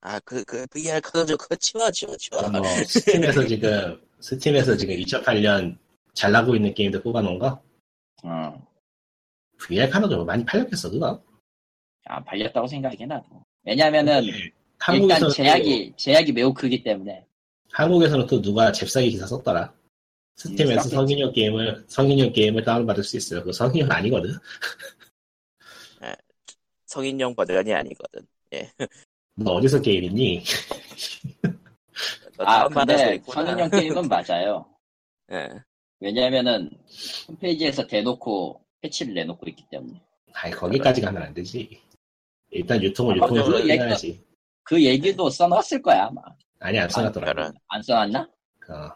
S1: 아 그 그 VR 카드 그거 치워 치워 치워.
S2: 그러니까 뭐 스팀에서 지금 스팀에서 지금 2008년 잘 나고 있는 게임들 뽑아놓은 거
S3: 어.
S2: VR 카노도 많이 팔렸겠어 그거.
S3: 안 팔렸다고 아, 생각이 나도. 왜냐면은 일단
S2: 네. 예. 한국에서는
S3: 제약이 제약이 매우 크기 때문에
S2: 또, 한국에서는 또 누가 잽싸게 기사 썼더라.
S3: 음,
S2: 스팀에서
S3: 쌌겠지.
S2: 성인용 게임을 성인용 게임을 다운받을 수 있어요. 그 성인용 아니거든.
S1: 성인용 버전이 아니거든.
S2: 너 어디서 게임이니?
S1: 너
S3: 아
S1: 다운받아서
S3: 근데
S1: 있구나. (laughs)
S3: 선인용 게임은 맞아요.
S1: 예.
S3: 왜냐면은 홈페이지에서 대놓고 패치를 내놓고 있기 때문에
S2: 아니 거기까지 가면 안 되지. 일단 유통을
S1: 아, 맞아.
S2: 유통을
S1: 그
S3: 얘기가-
S2: 해야지.
S3: 그
S1: 네.
S3: 얘기도 써놨을 거야 아마
S2: 아니 안 써놨더라.
S1: 저런.
S3: 안 써놨나?
S2: 어.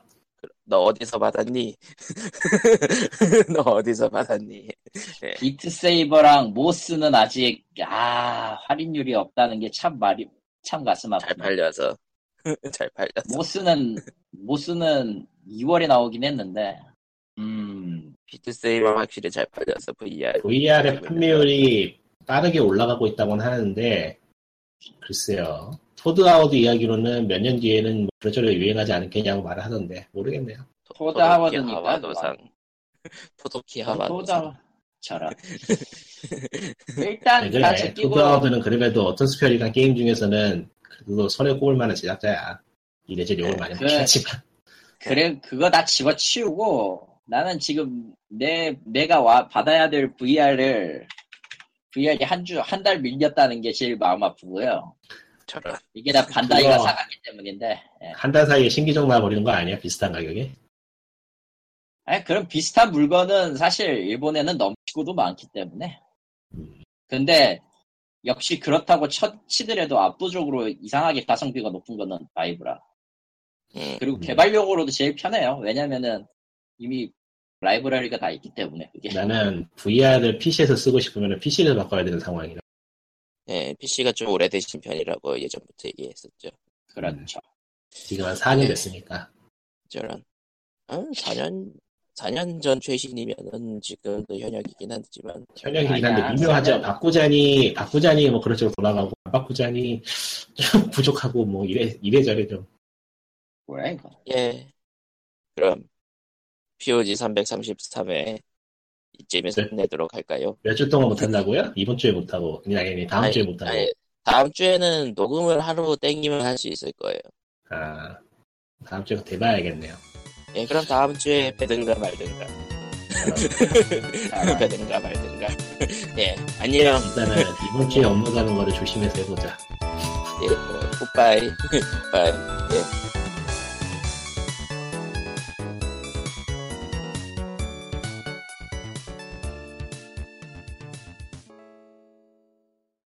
S1: 너 어디서 받았니? (laughs) 너 어디서 받았니?
S3: 비트 세이버랑 모스는 아직 아 할인율이 없다는 게 참 말이 참 가슴
S1: 잘
S3: 아프네.
S1: 팔려서. 잘 팔려서.
S3: 모스는 모스는 2월에 나오긴 했는데 음
S1: 비트세이버 확실히 잘 팔려서 VR. 네,
S2: VR의 판매율이 빠르게 올라가고 있다고는 하는데 글쎄요. 토드하워드 이야기로는 몇 년 뒤에는 뭐 그저로 유행하지 않겠냐고 말을 하던데 모르겠네요.
S1: 토-
S3: 토드
S1: 토도키
S3: 하워드니까.
S1: 하와도상. 토도키 하와도상.
S3: 또다 저런 (laughs)
S1: 아,
S3: 일단 다
S2: 네, 그래.
S3: 제끼고
S2: 토드하워드는 그래도 어떤 스페어리가 게임 중에서는 그거 손에 꼽을 만한 제작자야. 이래저래 욕을
S1: 네,
S2: 많이
S3: 그-
S2: 먹긴 하지만 (laughs)
S3: 그래 그거 다 집어치우고 나는 지금 내 내가 와 받아야 될 VR을 VR이 한 주 한 달 밀렸다는 게 제일 마음 아프고요.
S1: 저런.
S3: 이게 다 반다이가
S2: 그거-
S3: 사갔기 때문인데. 예.
S2: 한 달 사이에 신기적 나버리는 거 아니야? 비슷한 가격에?
S3: 아니 그런 비슷한 물건은 사실 일본에는 넘치고도 많기 때문에. 근데 역시 그렇다고 첫 치더라도 압도적으로 이상하게 가성비가 높은 거는 바이브라.
S1: 음,
S3: 그리고
S2: 음.
S3: 개발용으로도 제일 편해요. 왜냐면은 이미 라이브러리가 다 있기 때문에 그게.
S2: 나는 VR을 PC에서 쓰고 싶으면 PC를 바꿔야 되는 상황이라.
S1: 예, PC가 좀 오래되신 편이라고 예전부터 얘기했었죠.
S3: 그렇죠.
S2: 지금 한 4년
S1: 네.
S2: 됐으니까.
S1: 저런. 아, 어? 4년, 4년 전 최신이면은 지금도 현역이긴 하지만
S2: 현역이긴
S3: 아니야,
S2: 한데 미묘하죠.
S3: 사실-
S2: 바꾸자니 바꾸자니 뭐 그런 쪽으로 돌아가고 안 바꾸자니 좀 (laughs) 부족하고 뭐 이래 이래저래 좀
S3: 뭐야 이거
S1: (laughs) 예 그럼 POG 333회 이쯤에서
S2: 네.
S1: 끝내도록 할까요?
S2: 몇 주 동안 못 한다고요? 이번 주에 못 하고 아니 아니 다음
S1: 아니,
S2: 주에 못 하고
S1: 아니, 예. 다음 주에는 녹음을 하루 땡기면 할 수 있을 거예요.
S2: 아 다음 주에
S3: (laughs)
S2: 대봐야겠네요.
S1: 예 그럼 다음 주에 배든가 말든가 (laughs)
S3: 아,
S1: 배든가 말든가 (laughs) 예 안녕
S2: 일단은 이번
S1: (laughs)
S2: 주에 업무 가는 거를 조심해서 해보자.
S1: 예 굿바이 바이 예